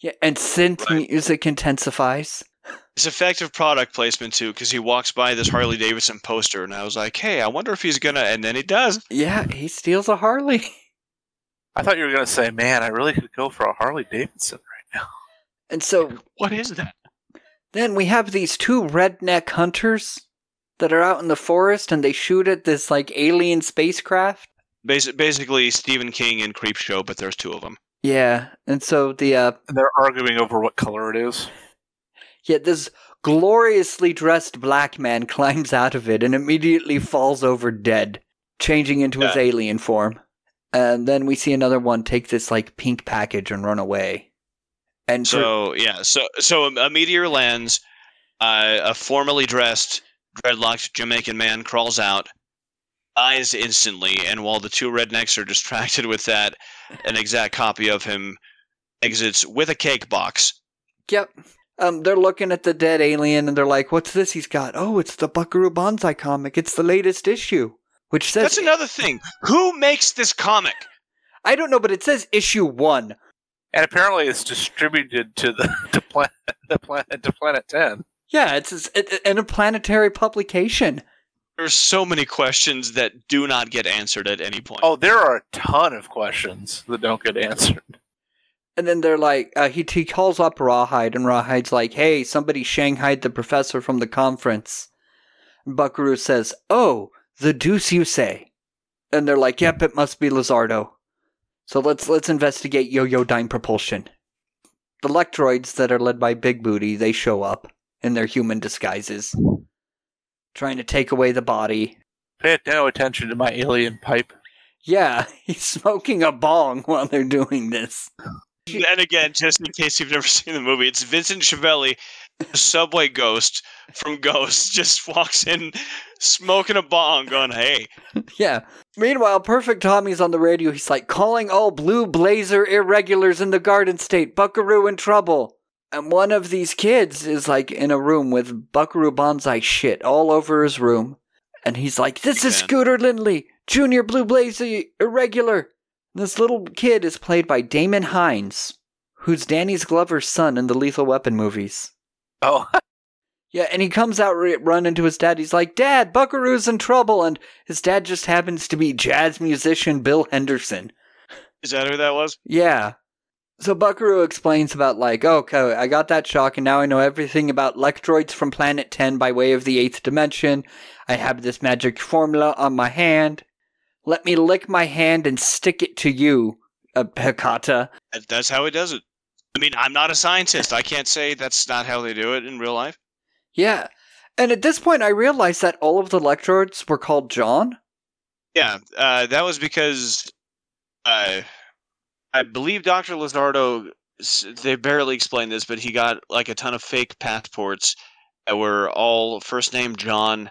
Yeah, and synth music intensifies.
It's effective product placement too, because he walks by this Harley Davidson poster, and I was like, "Hey, I wonder if he's gonna." And then he does.
Yeah, he steals a Harley. [laughs]
I thought you were going to say, man, I really could go for a Harley Davidson right now.
And so
What is that?
Then we have these two redneck hunters that are out in the forest and they shoot at this like alien spacecraft.
Basi- basically, Stephen King and Creep Show, but there's two of them.
Yeah, and so the uh
They're arguing over what color it is.
yeah, this gloriously dressed black man climbs out of it and immediately falls over dead, changing into his
Yeah.
alien form. And then we see another one take this like pink package and run away. And for-
so yeah, so so a, a meteor lands. Uh, a formally dressed, dreadlocked Jamaican man crawls out, dies instantly, and while the two rednecks are distracted with that, an exact copy of him exits with a cake box.
Yep. Um, they're looking at the dead alien and they're like, "What's this he's got? Oh, it's the Buckaroo Banzai comic. It's the latest issue, which says
That's another thing. Who makes this comic?
I don't know, but it says issue one.
And apparently it's distributed to the [laughs] to planet, the planet, to planet 10.
Yeah, it's, it's it, an interplanetary publication.
There's so many questions that do not get answered at any point.
Oh, there are a ton of questions that don't get answered.
And then they're like, uh, he, he calls up Rawhide, and Rawhide's like, hey, somebody shanghaied the professor from the conference. And Buckaroo says, oh, the deuce you say. And they're like, yep, it must be Lizardo. So let's let's investigate yo-yo dime propulsion. The Lectroids that are led by Big Booty, they show up in their human disguises, trying to take away the body.
Pay no attention to my alien pipe.
Yeah, [laughs] he's smoking a bong while they're doing this.
And again, just in case you've never [laughs] seen the movie, it's Vincent Chiavelli, the subway ghost from Ghost, [laughs] just walks in smoking a bong, going, "Hey,
[laughs] Yeah. Meanwhile, Perfect Tommy's on the radio. He's like calling all blue blazer irregulars in the Garden State. Buckaroo in trouble. And one of these kids is like in a room with Buckaroo Banzai shit all over his room. And he's like, This is Scooter Lindley, Junior Blue Blazer Irregular. And this little kid is played by Damon Hines, who's Danny's Glover's son in the Lethal Weapon movies.
Oh.
Yeah, and he comes out re- running to his dad. He's like, Dad, Buckaroo's in trouble. And his dad just happens to be jazz musician Bill Henderson.
is that who that was?"
Yeah. So Buckaroo explains about, like, okay, I got that shock, and now I know everything about lectroids from Planet 10 by way of the eighth dimension. I have this magic formula on my hand. Let me lick my hand and stick it to you, uh, Hecata.
That- That's how he does it. I mean, I'm not a scientist. I can't say that's not how they do it in real life.
Yeah. And at this point, I realized that all of the lectroids were called John.
Yeah, uh, that was because uh, I believe Dr. Lizardo, s- they barely explained this, but he got like a ton of fake passports that were all first name John,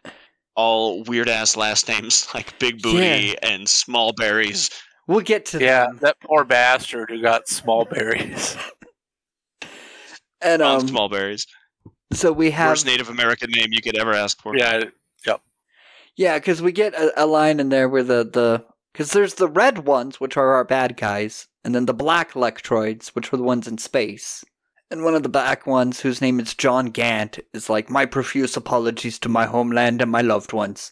all weird ass last names [laughs] like Big Booty and Small Berries.
We'll get to
yeah, that poor bastard who got small berries. [laughs]
And
John
um,
Small Berries.
so we have
Worst Native American name you could ever ask for.
Yeah, yep.
Yeah, because we get a, a line in there where the the because there's the red ones, which are our bad guys, and then the black Lectroids, which were the ones in space. And one of the black ones, whose name is John Gant, is like my profuse apologies to my homeland and my loved ones.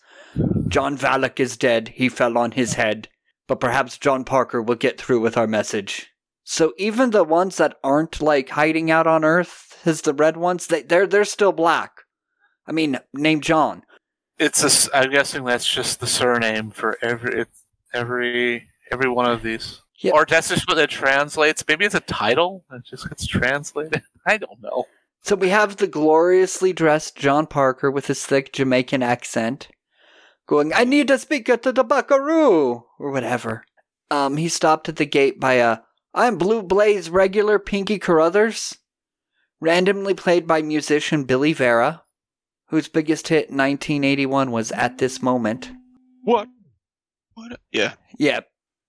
John Valak is dead; he fell on his head. But perhaps John Parker will get through with our message. So even the ones that aren't like hiding out on Earth, as the red ones, they they're they're still black. I mean, named John.
It's a s I'm guessing that's just the surname for every it's every every one of these. Or that's just what it translates. Maybe it's a title. It just gets translated. I don't know.
So we have the gloriously dressed John Parker with his thick Jamaican accent going, I need to speak to the buckaroo, or whatever. Um, he's stopped at the gate by a, I'm Blue Blaze regular Pinky Carruthers, randomly played by musician Billy Vera, whose biggest hit in 1981 was At This Moment.
What? What? Yeah.
Yeah.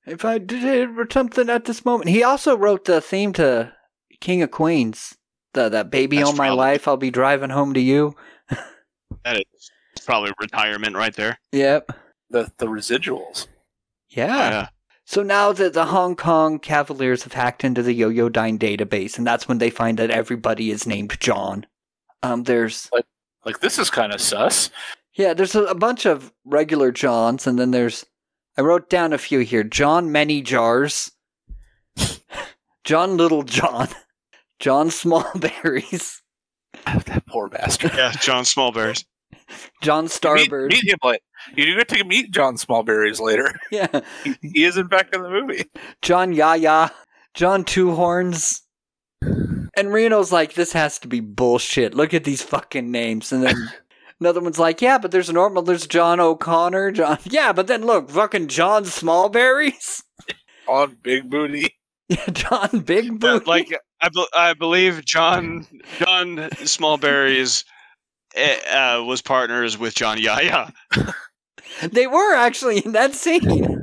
If I did or something at this moment. He also wrote the theme to King of Queens. The, that baby on my life, I'll be driving home to you.
That is probably retirement right there.
Yep.
The the residuals.
Yeah.
Yeah.
So now that the Hong Kong Cavaliers have hacked into the Yo-Yo Dine database, and that's when they find that everybody is named John. Um, there's
Like this is kind of sus.
yeah, there's a, a bunch of regular Johns, and then there's I wrote down a few here: John Many Jars, [laughs] John Little John, [laughs] John Smallberries, [laughs]
Poor bastard.
Yeah, John Smallberries.
John
Meet,
Starbird.
meet him later. You get to meet John Smallberries later.
[laughs] Yeah,
He, he is in fact in the movie.
John Yaya, John Two Horns. And Reno's like, this has to be bullshit. Look at these fucking names. And then another one's like, yeah, but there's normal. There's John O'Connor. John, [laughs] yeah, but then look, fucking John Smallberries, [laughs]
On Big Booty.
John Big
Yeah,
[laughs] Booty.
like I, bel I believe John John Smallberries eh, uh, was partners with John Yaya.
they were actually in that scene. [laughs]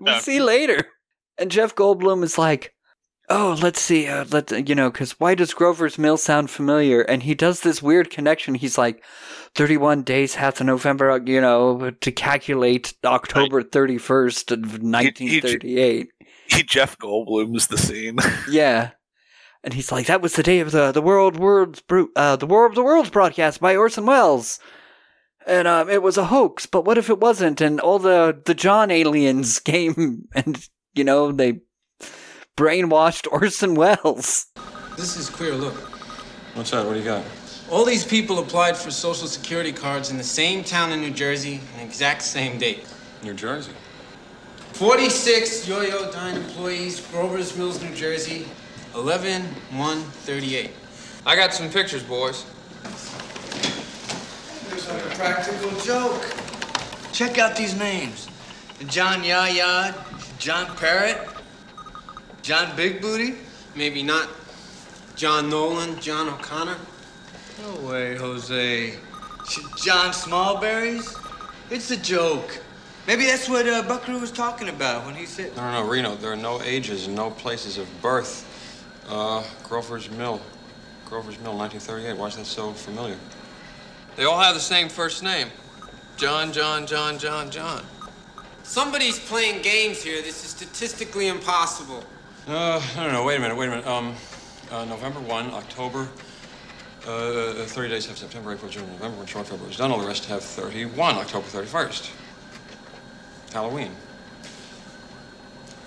We'll see later. And Jeff Goldblum is like, oh, let's see, uh, let you know, because why does Grover's Mill sound familiar? And he does this weird connection. He's like, 31 days hath November, uh, you know, to calculate October 31st of 1938.
He Jeff Goldblum's the scene.
yeah. And he's like, that was the day of the, the world world's bru- uh, the war of the worlds broadcast by Orson Welles. And um, it was a hoax, but what if it wasn't? And all the, the John aliens [laughs] came and, you know, they brainwashed [laughs] Orson Welles.
This is queer look.
What's that? What do you got?
All these people applied for social security cards in the same town in New Jersey, on the exact same date.
New Jersey.
46 Yo-Yo Dine employees, Grover's Mills, New Jersey, 11 1 38.
I got some pictures, boys.
Practical joke. Check out these names.
John Yaya, John Parrott, John Big Booty? Maybe not. John Nolan, John O'Connor? No way, Jose. J- John Smallberries? It's a joke. Maybe that's what uh, Buckaroo was talking about when he said.
No, no, no, Reno. There are no ages and no places of birth. Uh, Grover's Mill. Grover's Mill, 1938. Why is that so familiar?
They all have the same first name John, John, John, John, John.
Somebody's playing games here. This is statistically impossible.
Uh, no, no, no. Wait a minute. Wait a minute. Um, uh, November 1, October. Uh, 30 days have September, April, June, November. When short February is done, all the rest have 31, October 31st. Halloween.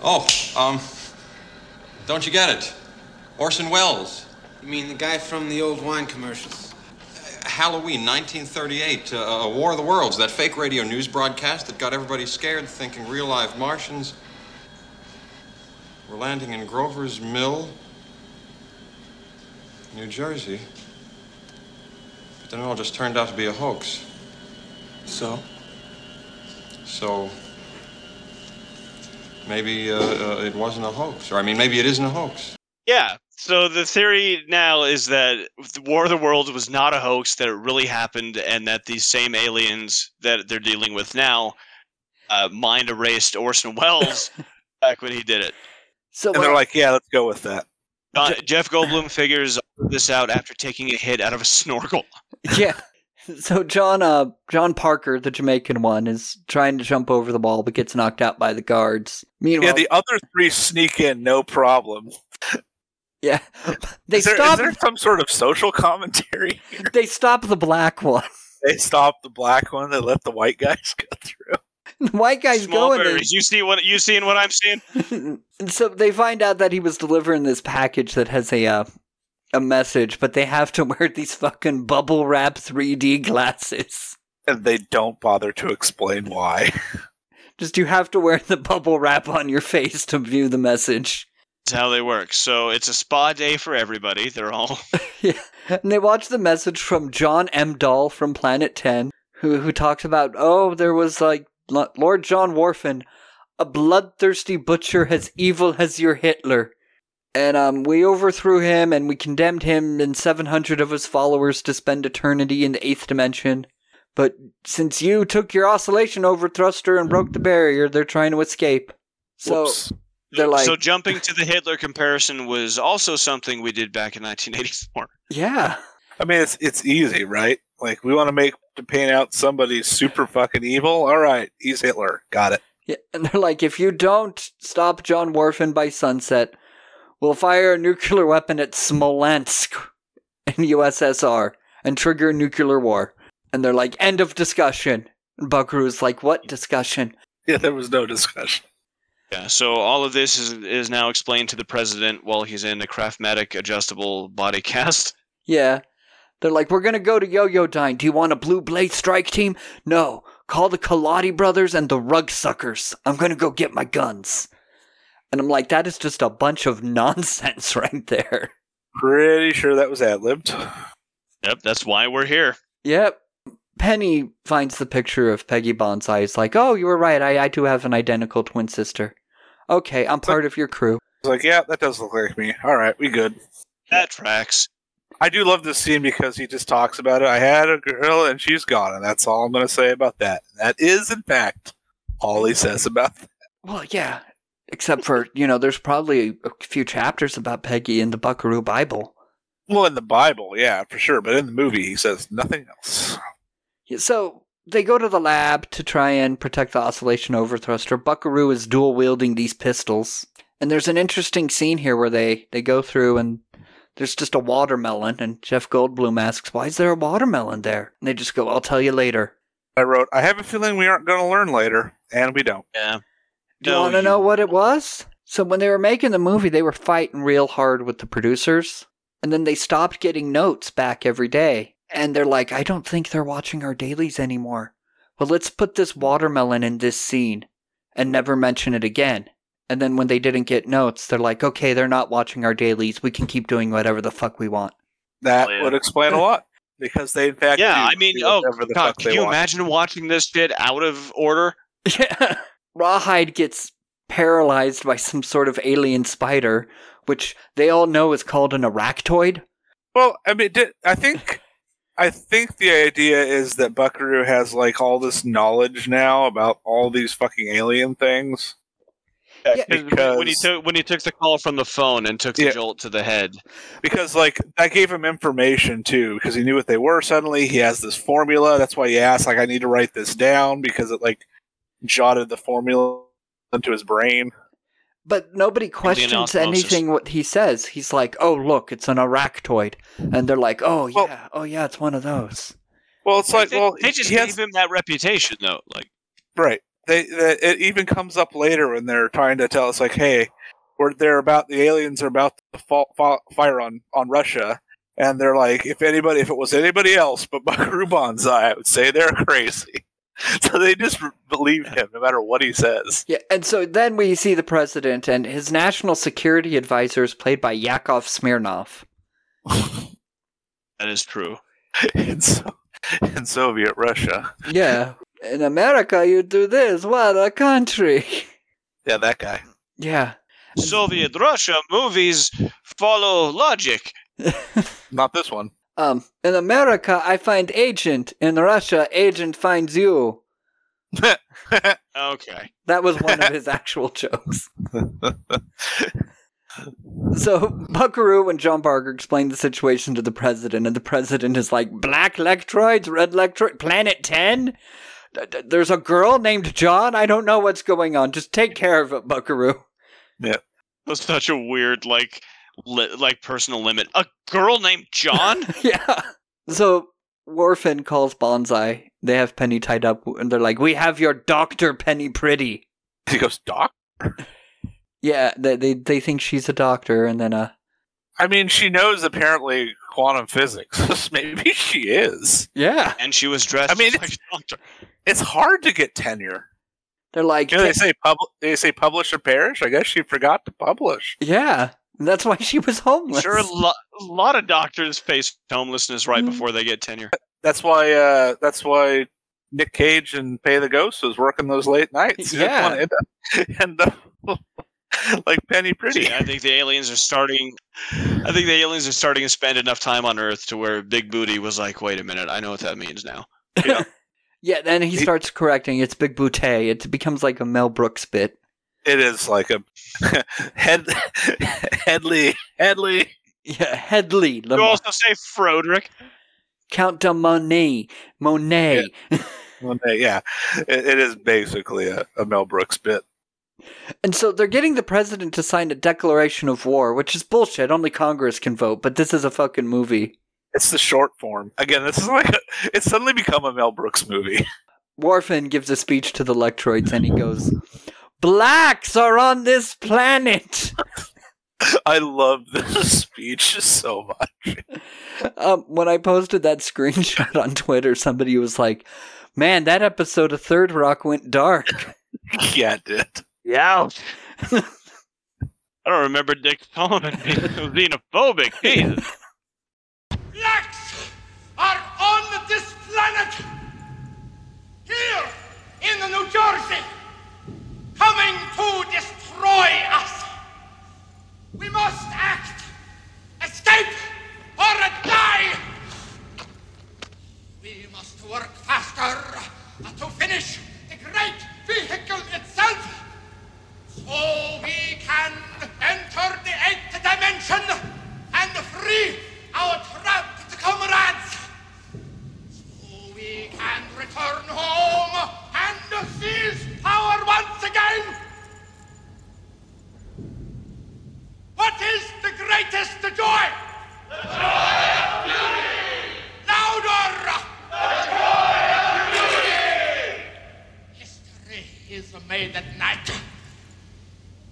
Oh, um, don't you get it? Orson Welles.
You mean the guy from the old wine commercials?
Halloween, 1938, uh, uh, War of the Worlds, that fake radio news broadcast that got everybody scared thinking real live Martians were landing in Grover's Mill, New Jersey. But then it all just turned out to be a hoax. So? So, maybe uh, uh, it wasn't a hoax, or I mean, maybe it isn't a hoax.
Yeah. So the theory now is that the War of the Worlds was not a hoax; that it really happened, and that these same aliens that they're dealing with now uh, mind erased Orson
[laughs]
Welles back when he did it.
So uh,
and they're like, yeah, let's go with that.
Uh, Jeff Goldblum figures this out after taking a hit out of a snorkel.
yeah. [laughs] So John, uh, John Parker, the Jamaican one, is trying to jump over the wall but gets knocked out by the guards. Meanwhile,
yeah, the other three sneak in, no problem. [laughs]
yeah, they
is, there, is
stop.
there some sort of social commentary? [laughs] here?
They stop the black [laughs] one.
They stopped the black one. They let the white guys [laughs] go through.
The white guy's
Small
going. there.
berries. You see what you seeing what I'm seeing?
And [laughs] so they find out that he was delivering this package that has a uh, a message, but they have to [laughs] wear these fucking bubble wrap 3D glasses.
And they don't bother to explain why.
Just you have to wear the bubble wrap on your face to view the message.
That's how they work. So it's a spa day for everybody. They're
[laughs]
all
And they watch the message from John M. Dahl from Planet 10, who who talks about, oh, there was like L- Lord John Warfin, a bloodthirsty butcher as evil as your Hitler. And um, we overthrew him and we condemned him and 700 of his followers to spend eternity in the eighth dimension. But since you took your oscillation over thruster and broke the barrier, they're trying to escape. So
Whoops.
they're like,
so jumping to the Hitler comparison was also something we did back in 1984.
yeah.
I mean, it's it's easy, right? Like we want to make to paint out somebody super fucking evil. All right, he's Hitler. Got it.
yeah. [laughs] And they're like, if you don't stop John Warfin by sunset, we'll fire a nuclear weapon at Smolensk in USSR and trigger a nuclear war. And they're like, end of discussion. And Buckaroo's like, what discussion?
Yeah, there was no discussion.
Yeah. So all of this is is now explained to the president while he's in a Craftmatic adjustable body cast.
Yeah. They're like, we're going to go to Yo Yo Dine. Do you want a Blue Blade Strike team? No. Call the Kaladi brothers and the Rug Suckers. I'm going to go get my guns. And I'm like, that is just a bunch of [laughs] nonsense right there.
Pretty sure that was ad libbed.
Yep. That's why we're here.
Yep. Penny finds the picture of Peggy Bonsai. It's like, oh, you were right. I, I do have an identical twin sister. Okay, I'm part of your crew.
It's like, yeah, that does look like me. All right, we good.
That tracks.
I do love this scene because he just talks about it. I had a girl and she's gone, and that's all I'm going to say about that. That is, in fact, all he says about that.
Well, yeah. Except for, [laughs] you know, there's probably a few chapters about Peggy in the Buckaroo Bible.
Well, in the Bible, yeah, for sure, but in the movie, he says nothing else.
Yeah, So they go to the lab to try and protect the oscillation overthruster. Buckaroo is dual wielding these pistols. And there's an interesting scene here where they, they go through and there's just a watermelon. And Jeff Goldblum asks, Why is there a watermelon there? And they just go, I'll tell you later.
I wrote, I have a feeling we aren't going to learn later, and we don't.
Yeah.
Do you
No,
want to know what it was? So when they were making the movie, they were fighting real hard with the producers, and then they stopped getting notes back every day. And they're like, I don't think they're watching our dailies anymore. Well, let's put this watermelon in this scene and never mention it again. And then when they didn't get notes, they're like, okay, they're not watching our dailies. We can keep doing whatever the fuck we want. [laughs]
That
Oh, yeah.
would explain a lot because they, in fact,
Yeah.
do
I mean,
do
oh
whatever the
god,
fuck
can
they
you
want.
imagine watching this shit out of order?
Yeah. Rawhide gets paralyzed by some sort of alien spider, which they all know is called an arachtoid.
Well, I mean, did, I think I think the idea is that Buckaroo has like all this knowledge now about all these fucking alien things.
Yeah, 'cause when he took when he took the call from the phone and took the jolt to the head.
because like I gave him information too because he knew what they were. Suddenly, he has this formula. That's why he asked, like, I need to write this down because it like jotted the formula into his brain.
But nobody questions anything what he says. He's like, "Oh, look, it's an arachtoid," and they're like, "Oh yeah, oh yeah, it's one of those."
Well, it's like,
they,
well,
they just
he
gave
has-
him that reputation though. Like,
Right. They, they it even comes up later when they're trying to tell us like, hey, we're they're about the aliens are about to fall, fall, fire on on Russia, and they're like, if anybody, if it was anybody else but [laughs] Buckaroo Banzai, I would say they're crazy. [laughs] So they just r- believe him no matter what he says. [laughs]
Yeah, and so then we see the president and his national security advisor is played by Yakov Smirnov.
That is true.
in, so- in Soviet Russia,
Yeah, in America you do this. What a country! [laughs]
yeah, that guy.
Yeah,
Soviet Russia movies follow logic.
Not this one.
Um, in America, I find agent. In Russia, agent finds you.
Okay.
That was one of his actual jokes. so Buckaroo and John Barker explain the situation to the president, and the president is like, "Black electroids, red electroid, Planet Ten. There's a girl named John. I don't know what's going on. Just take care of it, Buckaroo." [laughs]
Yeah.
That's such a weird like li- like personal limit. A girl named
[laughs]
John?
yeah. So Warfin calls Bonsai. They have Penny tied up, and they're like, "We have your doctor, Penny Pretty."
He goes, "Doc."
Yeah, they they they think she's a doctor, and then uh,
I mean, she knows apparently quantum physics. [laughs] Maybe she is.
yeah,
and she was dressed.
I mean,
[laughs]
it's, [laughs] it's hard to get tenure.
They're like,
you know, they say pub- they say publish or perish. I guess she forgot to publish.
yeah, that's why she was homeless.
Sure, a lo- a lot of doctors face homelessness right
Mm-hmm.
before they get tenure.
That's why. Uh, that's why Nick Cage and Pay the Ghost was working those late nights. [laughs] You just
Yeah.
wanna end up- [laughs] end up like Penny [laughs] Pretty.
I think the aliens are starting. I think the aliens are starting to spend enough time on Earth to where Big Booty was like, "Wait a minute, I know what that means now."
Yeah, then he starts correcting. It's Big Boutte. It becomes like a Mel Brooks bit.
It is like a [laughs] head Headley Headley.
Yeah, Headley. Lam-
You also say Froderick.
Count de Monet. Monet.
Well, yeah, it, it is basically a, a Mel Brooks bit.
And so they're getting the president to sign a declaration of war, which is bullshit. Only Congress can vote, but this is a fucking movie.
It's the short form. Again, this is like a, it's suddenly become a Mel Brooks movie. [laughs]
Warfin gives a speech to the Lectroids and he goes, Blacks are on this
[laughs]
planet!
I love this [laughs] speech so much. [laughs]
Um, when I posted that screenshot on Twitter, somebody was like, Man, that episode of Third Rock went dark.
yeah, it did.
Yeah. I don't remember Dick Solomon being [laughs] so xenophobic. Jesus.
Are on this planet! Here! In the New Jersey! Coming to destroy us! We must act! Escape! Or die! We must work faster to finish the great vehicle itself! So we can enter the eighth dimension and free our trapped comrades. So we can return home and seize power once again. What is the greatest joy? Louder! History is made at night.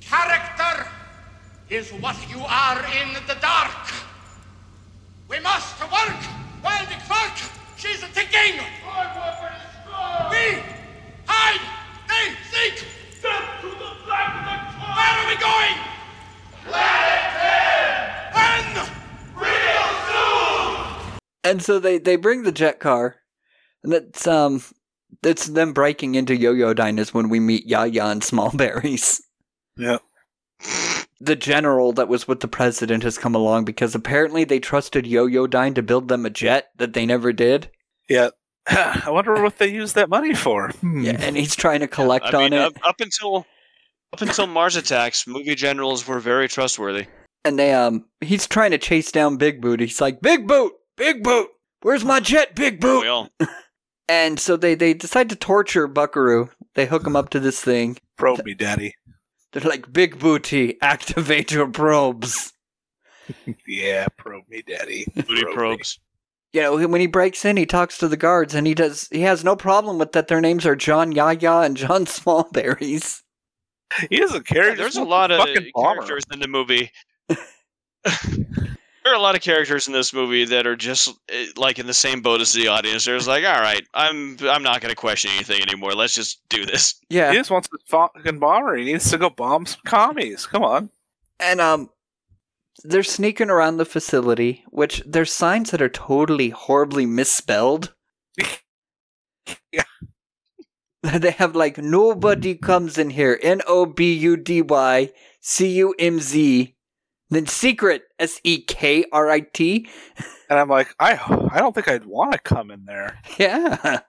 Character is what you are in the dark. We must work while the clock she's ticking. We hide, they seek. Step to the black Where are we going?
And so they, they bring the jet car, and it's um It's them breaking into Yo-Yo Dine is when we meet Yaya and [laughs] Smallberries.
Yeah.
The general that was with the president has come along because apparently they trusted Yo-Yo Dine to build them a jet that they never did.
Yeah. [sighs] I wonder what they used that money for.
Yeah, and he's trying to collect
I
on
mean,
it.
up, up until up until Mars attacks, movie generals were very trustworthy.
and they um he's trying to chase down Big Boot. He's like, Big Boot, Big Boot, where's my jet, Big Boot? and so they they decide to torture Buckaroo. They hook him up to this thing.
Probe me, Daddy.
They're like, Big Booty, activate your probes.
Yeah, probe me, Daddy.
Booty probes.
You know, when he breaks in, he talks to the guards, and he does. He has no problem with that. Their names are John Yaya and John [laughs] Smallberries.
He doesn't care.
There's a lot of
fucking bomber.
characters in the movie. [laughs] there are a lot of characters in this movie that are just eh, like in the same boat as the audience. There's like, all right, I'm I'm not going to question anything anymore. Let's just do this.
Yeah.
He just wants to fucking bomber. He needs to go bomb some commies. Come on.
And um they're sneaking around the facility, which there's signs that are totally horribly misspelled.
yeah.
[laughs] They have like nobody comes in here. N O B U D Y C U M Z. Then secret S E K R I T.
And I'm like, I I don't think I'd want to come in there.
Yeah.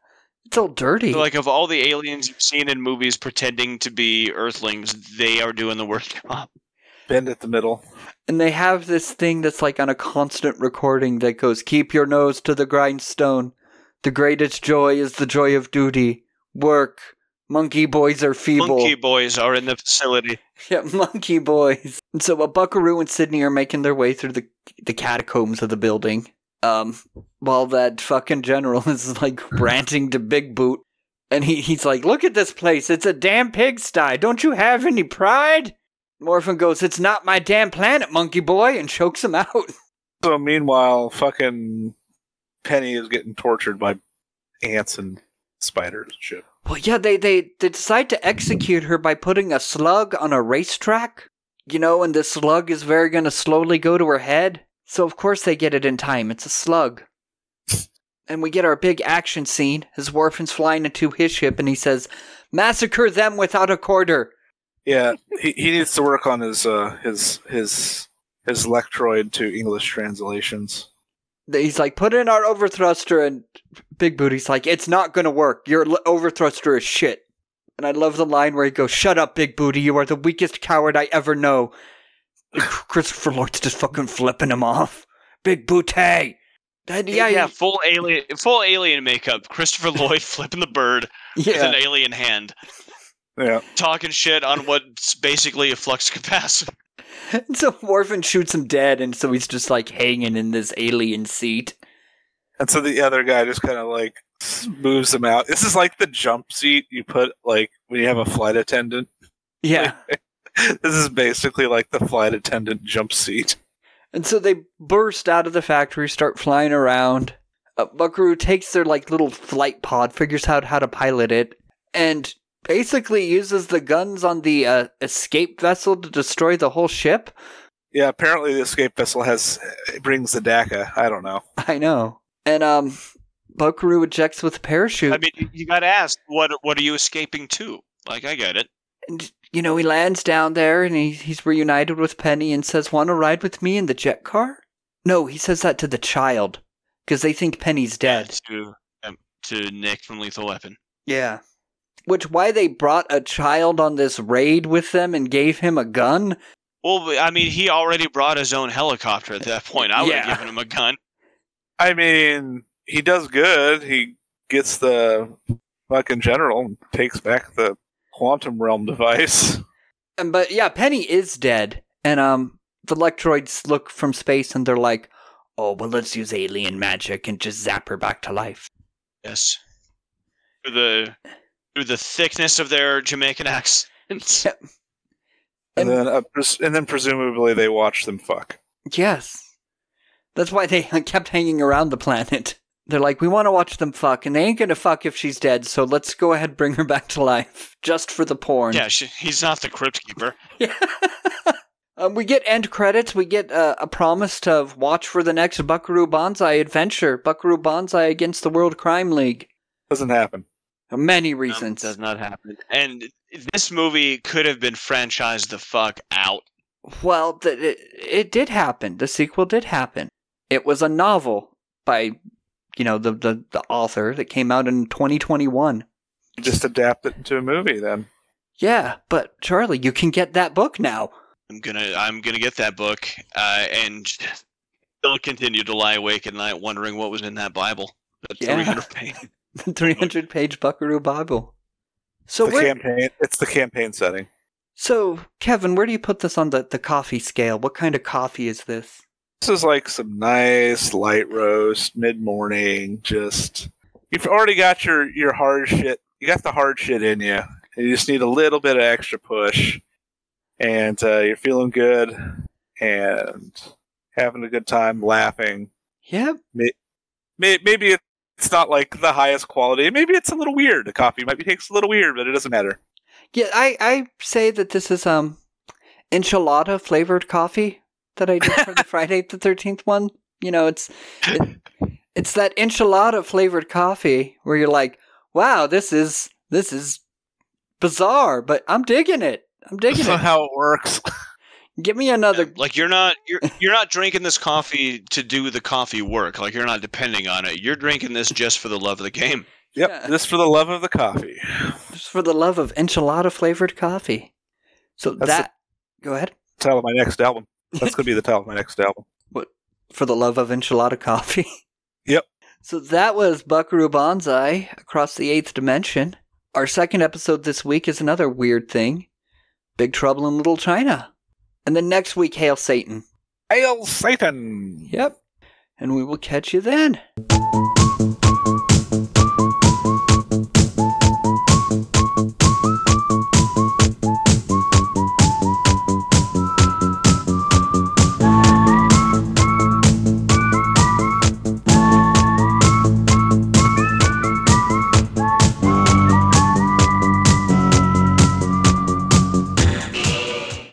It's all dirty.
Like of all the aliens you've seen in movies pretending to be Earthlings, they are doing the worst job.
Bend at the middle.
And they have this thing that's like on a constant recording that goes, Keep your nose to the grindstone. The greatest joy is the joy of duty. Work. Monkey boys are feeble.
Monkey boys are in the facility.
[laughs] Yeah, monkey boys. And so a Buckaroo and Sydney are making their way through the the catacombs of the building. Um, while that fucking general [laughs] is like ranting to Big Boot, and he, he's like, "Look at this place! It's a damn pigsty! Don't you have any pride?" Morphin goes, "It's not my damn planet, monkey boy," and chokes him [laughs] out.
So meanwhile, fucking Penny is getting tortured by ants and spiders and shit.
Well, yeah, they, they, they decide to execute her by putting a slug on a racetrack, you know, and the slug is very going to slowly go to her head. So, of course, they get it in time. It's a slug. And we get our big action scene as Warfin's flying into his ship and he says, Massacre them without a quarter.
Yeah, he, he needs to work on his uh, his his his lectroid to English translations.
He's like, Put in our overthruster. And Big Booty's like, It's not going to work. Your l- overthruster is shit. And I love the line where he goes, Shut up, Big Booty. You are the weakest coward I ever know. And Christopher Lloyd's just fucking flipping him off. Big Booty. That, yeah,
yeah,
yeah.
full alien, full alien makeup. Christopher Lloyd [laughs] flipping the bird with
Yeah.
an alien hand,
Yeah.
talking shit on what's basically a flux [laughs] capacitor.
And [laughs] so Morphin shoots him dead, and so he's just like hanging in this alien seat.
And so the other guy just kind of like moves him out. This is like the jump seat you put like when you have a flight attendant.
Yeah.
[laughs] This is basically like the flight attendant jump seat.
And so they burst out of the factory, start flying around. Uh, Buckaroo takes their like little flight pod, figures out how to pilot it, and basically uses the guns on the uh, escape vessel to destroy the whole ship. [laughs]
Yeah, apparently the escape vessel has it brings the DACA. I don't know.
I know. And um, Buckaroo ejects with a parachute.
I mean, you- you got to ask, what what are you escaping to? Like, I get it.
and you know he lands down there and he, he's reunited with penny and says want to ride with me in the jet car no he says that to the child because they think penny's dead
To um, to Nick from Lethal Weapon.
yeah which why they brought a child on this raid with them and gave him a gun
Well, but, I mean, he already brought his own helicopter at that point. I would have
Yeah.
given him a gun.
I mean, he does good. He gets the fucking general and takes back the quantum realm device.
and but yeah penny is dead and um the lectroids look from space and they're like oh well let's use alien magic and just zap her back to life
Yes. Through the through the thickness of their
[laughs]
Jamaican accents.
And, then, uh, pres- and then presumably they watch them fuck.
Yes. That's why they [laughs] kept hanging around the planet. [laughs] They're like, we want to watch them fuck, and they ain't gonna fuck if she's dead, so let's go ahead and bring her back to life, just for the porn.
Yeah, she, he's not the crypt keeper.
Um, we get end credits, we get uh, a promise to watch for the next Buckaroo Banzai adventure, Buckaroo Banzai against the World Crime League.
Doesn't happen.
Many reasons.
does not happen. And this movie could have been franchised the fuck out.
Well, th- it, it did happen. The sequel did happen. It was a novel by, you know, the, the, the author that came out in 2021.
Just adapt it to a movie then.
Yeah, but Charlie, you can get that book now. [laughs]
I'm gonna I'm gonna get that book, uh, and still continue to lie awake at night wondering what was in that Bible. That
Yeah.
300 page.
The 300 page Buckaroo Bible. So
the
we're-
campaign. It's the campaign setting.
So, Kevin, where do you put this on the, the coffee scale? What kind of coffee is this?
This is like some nice light roast, mid morning. Just you've already got your your hard shit. You got the hard shit in you. You just need a little bit of extra push, and uh, you're feeling good and having a good time, laughing.
Yep.
May- may- Maybe it's not like the highest quality. Maybe it's a little weird. The coffee might be tastes a little weird, but it doesn't matter.
Yeah, I, I say that this is um enchilada flavored coffee that I did for the Friday the Thirteenth one. You know, it's it, it's that enchilada flavored coffee where you're like, wow, this is this is bizarre, but I'm digging it. I'm digging it.
[laughs] How it works.
Give me [laughs] another.
[laughs] Like you're not you're you're not drinking this coffee to do the coffee work. Like you're not depending on it. You're drinking this just for the love of the game.
Yep, this for the love of the coffee.
Just for the love of enchilada flavored coffee. So
That's
that go ahead.
Title of my next album. That's gonna be the title of my next album.
What for the love of enchilada coffee? [laughs]
Yep.
So that was Buckaroo Banzai across the eighth dimension. Our second episode this week is another weird thing Big Trouble in Little China. And then next week, Hail Satan.
Hail Satan!
Yep. And we will catch you then.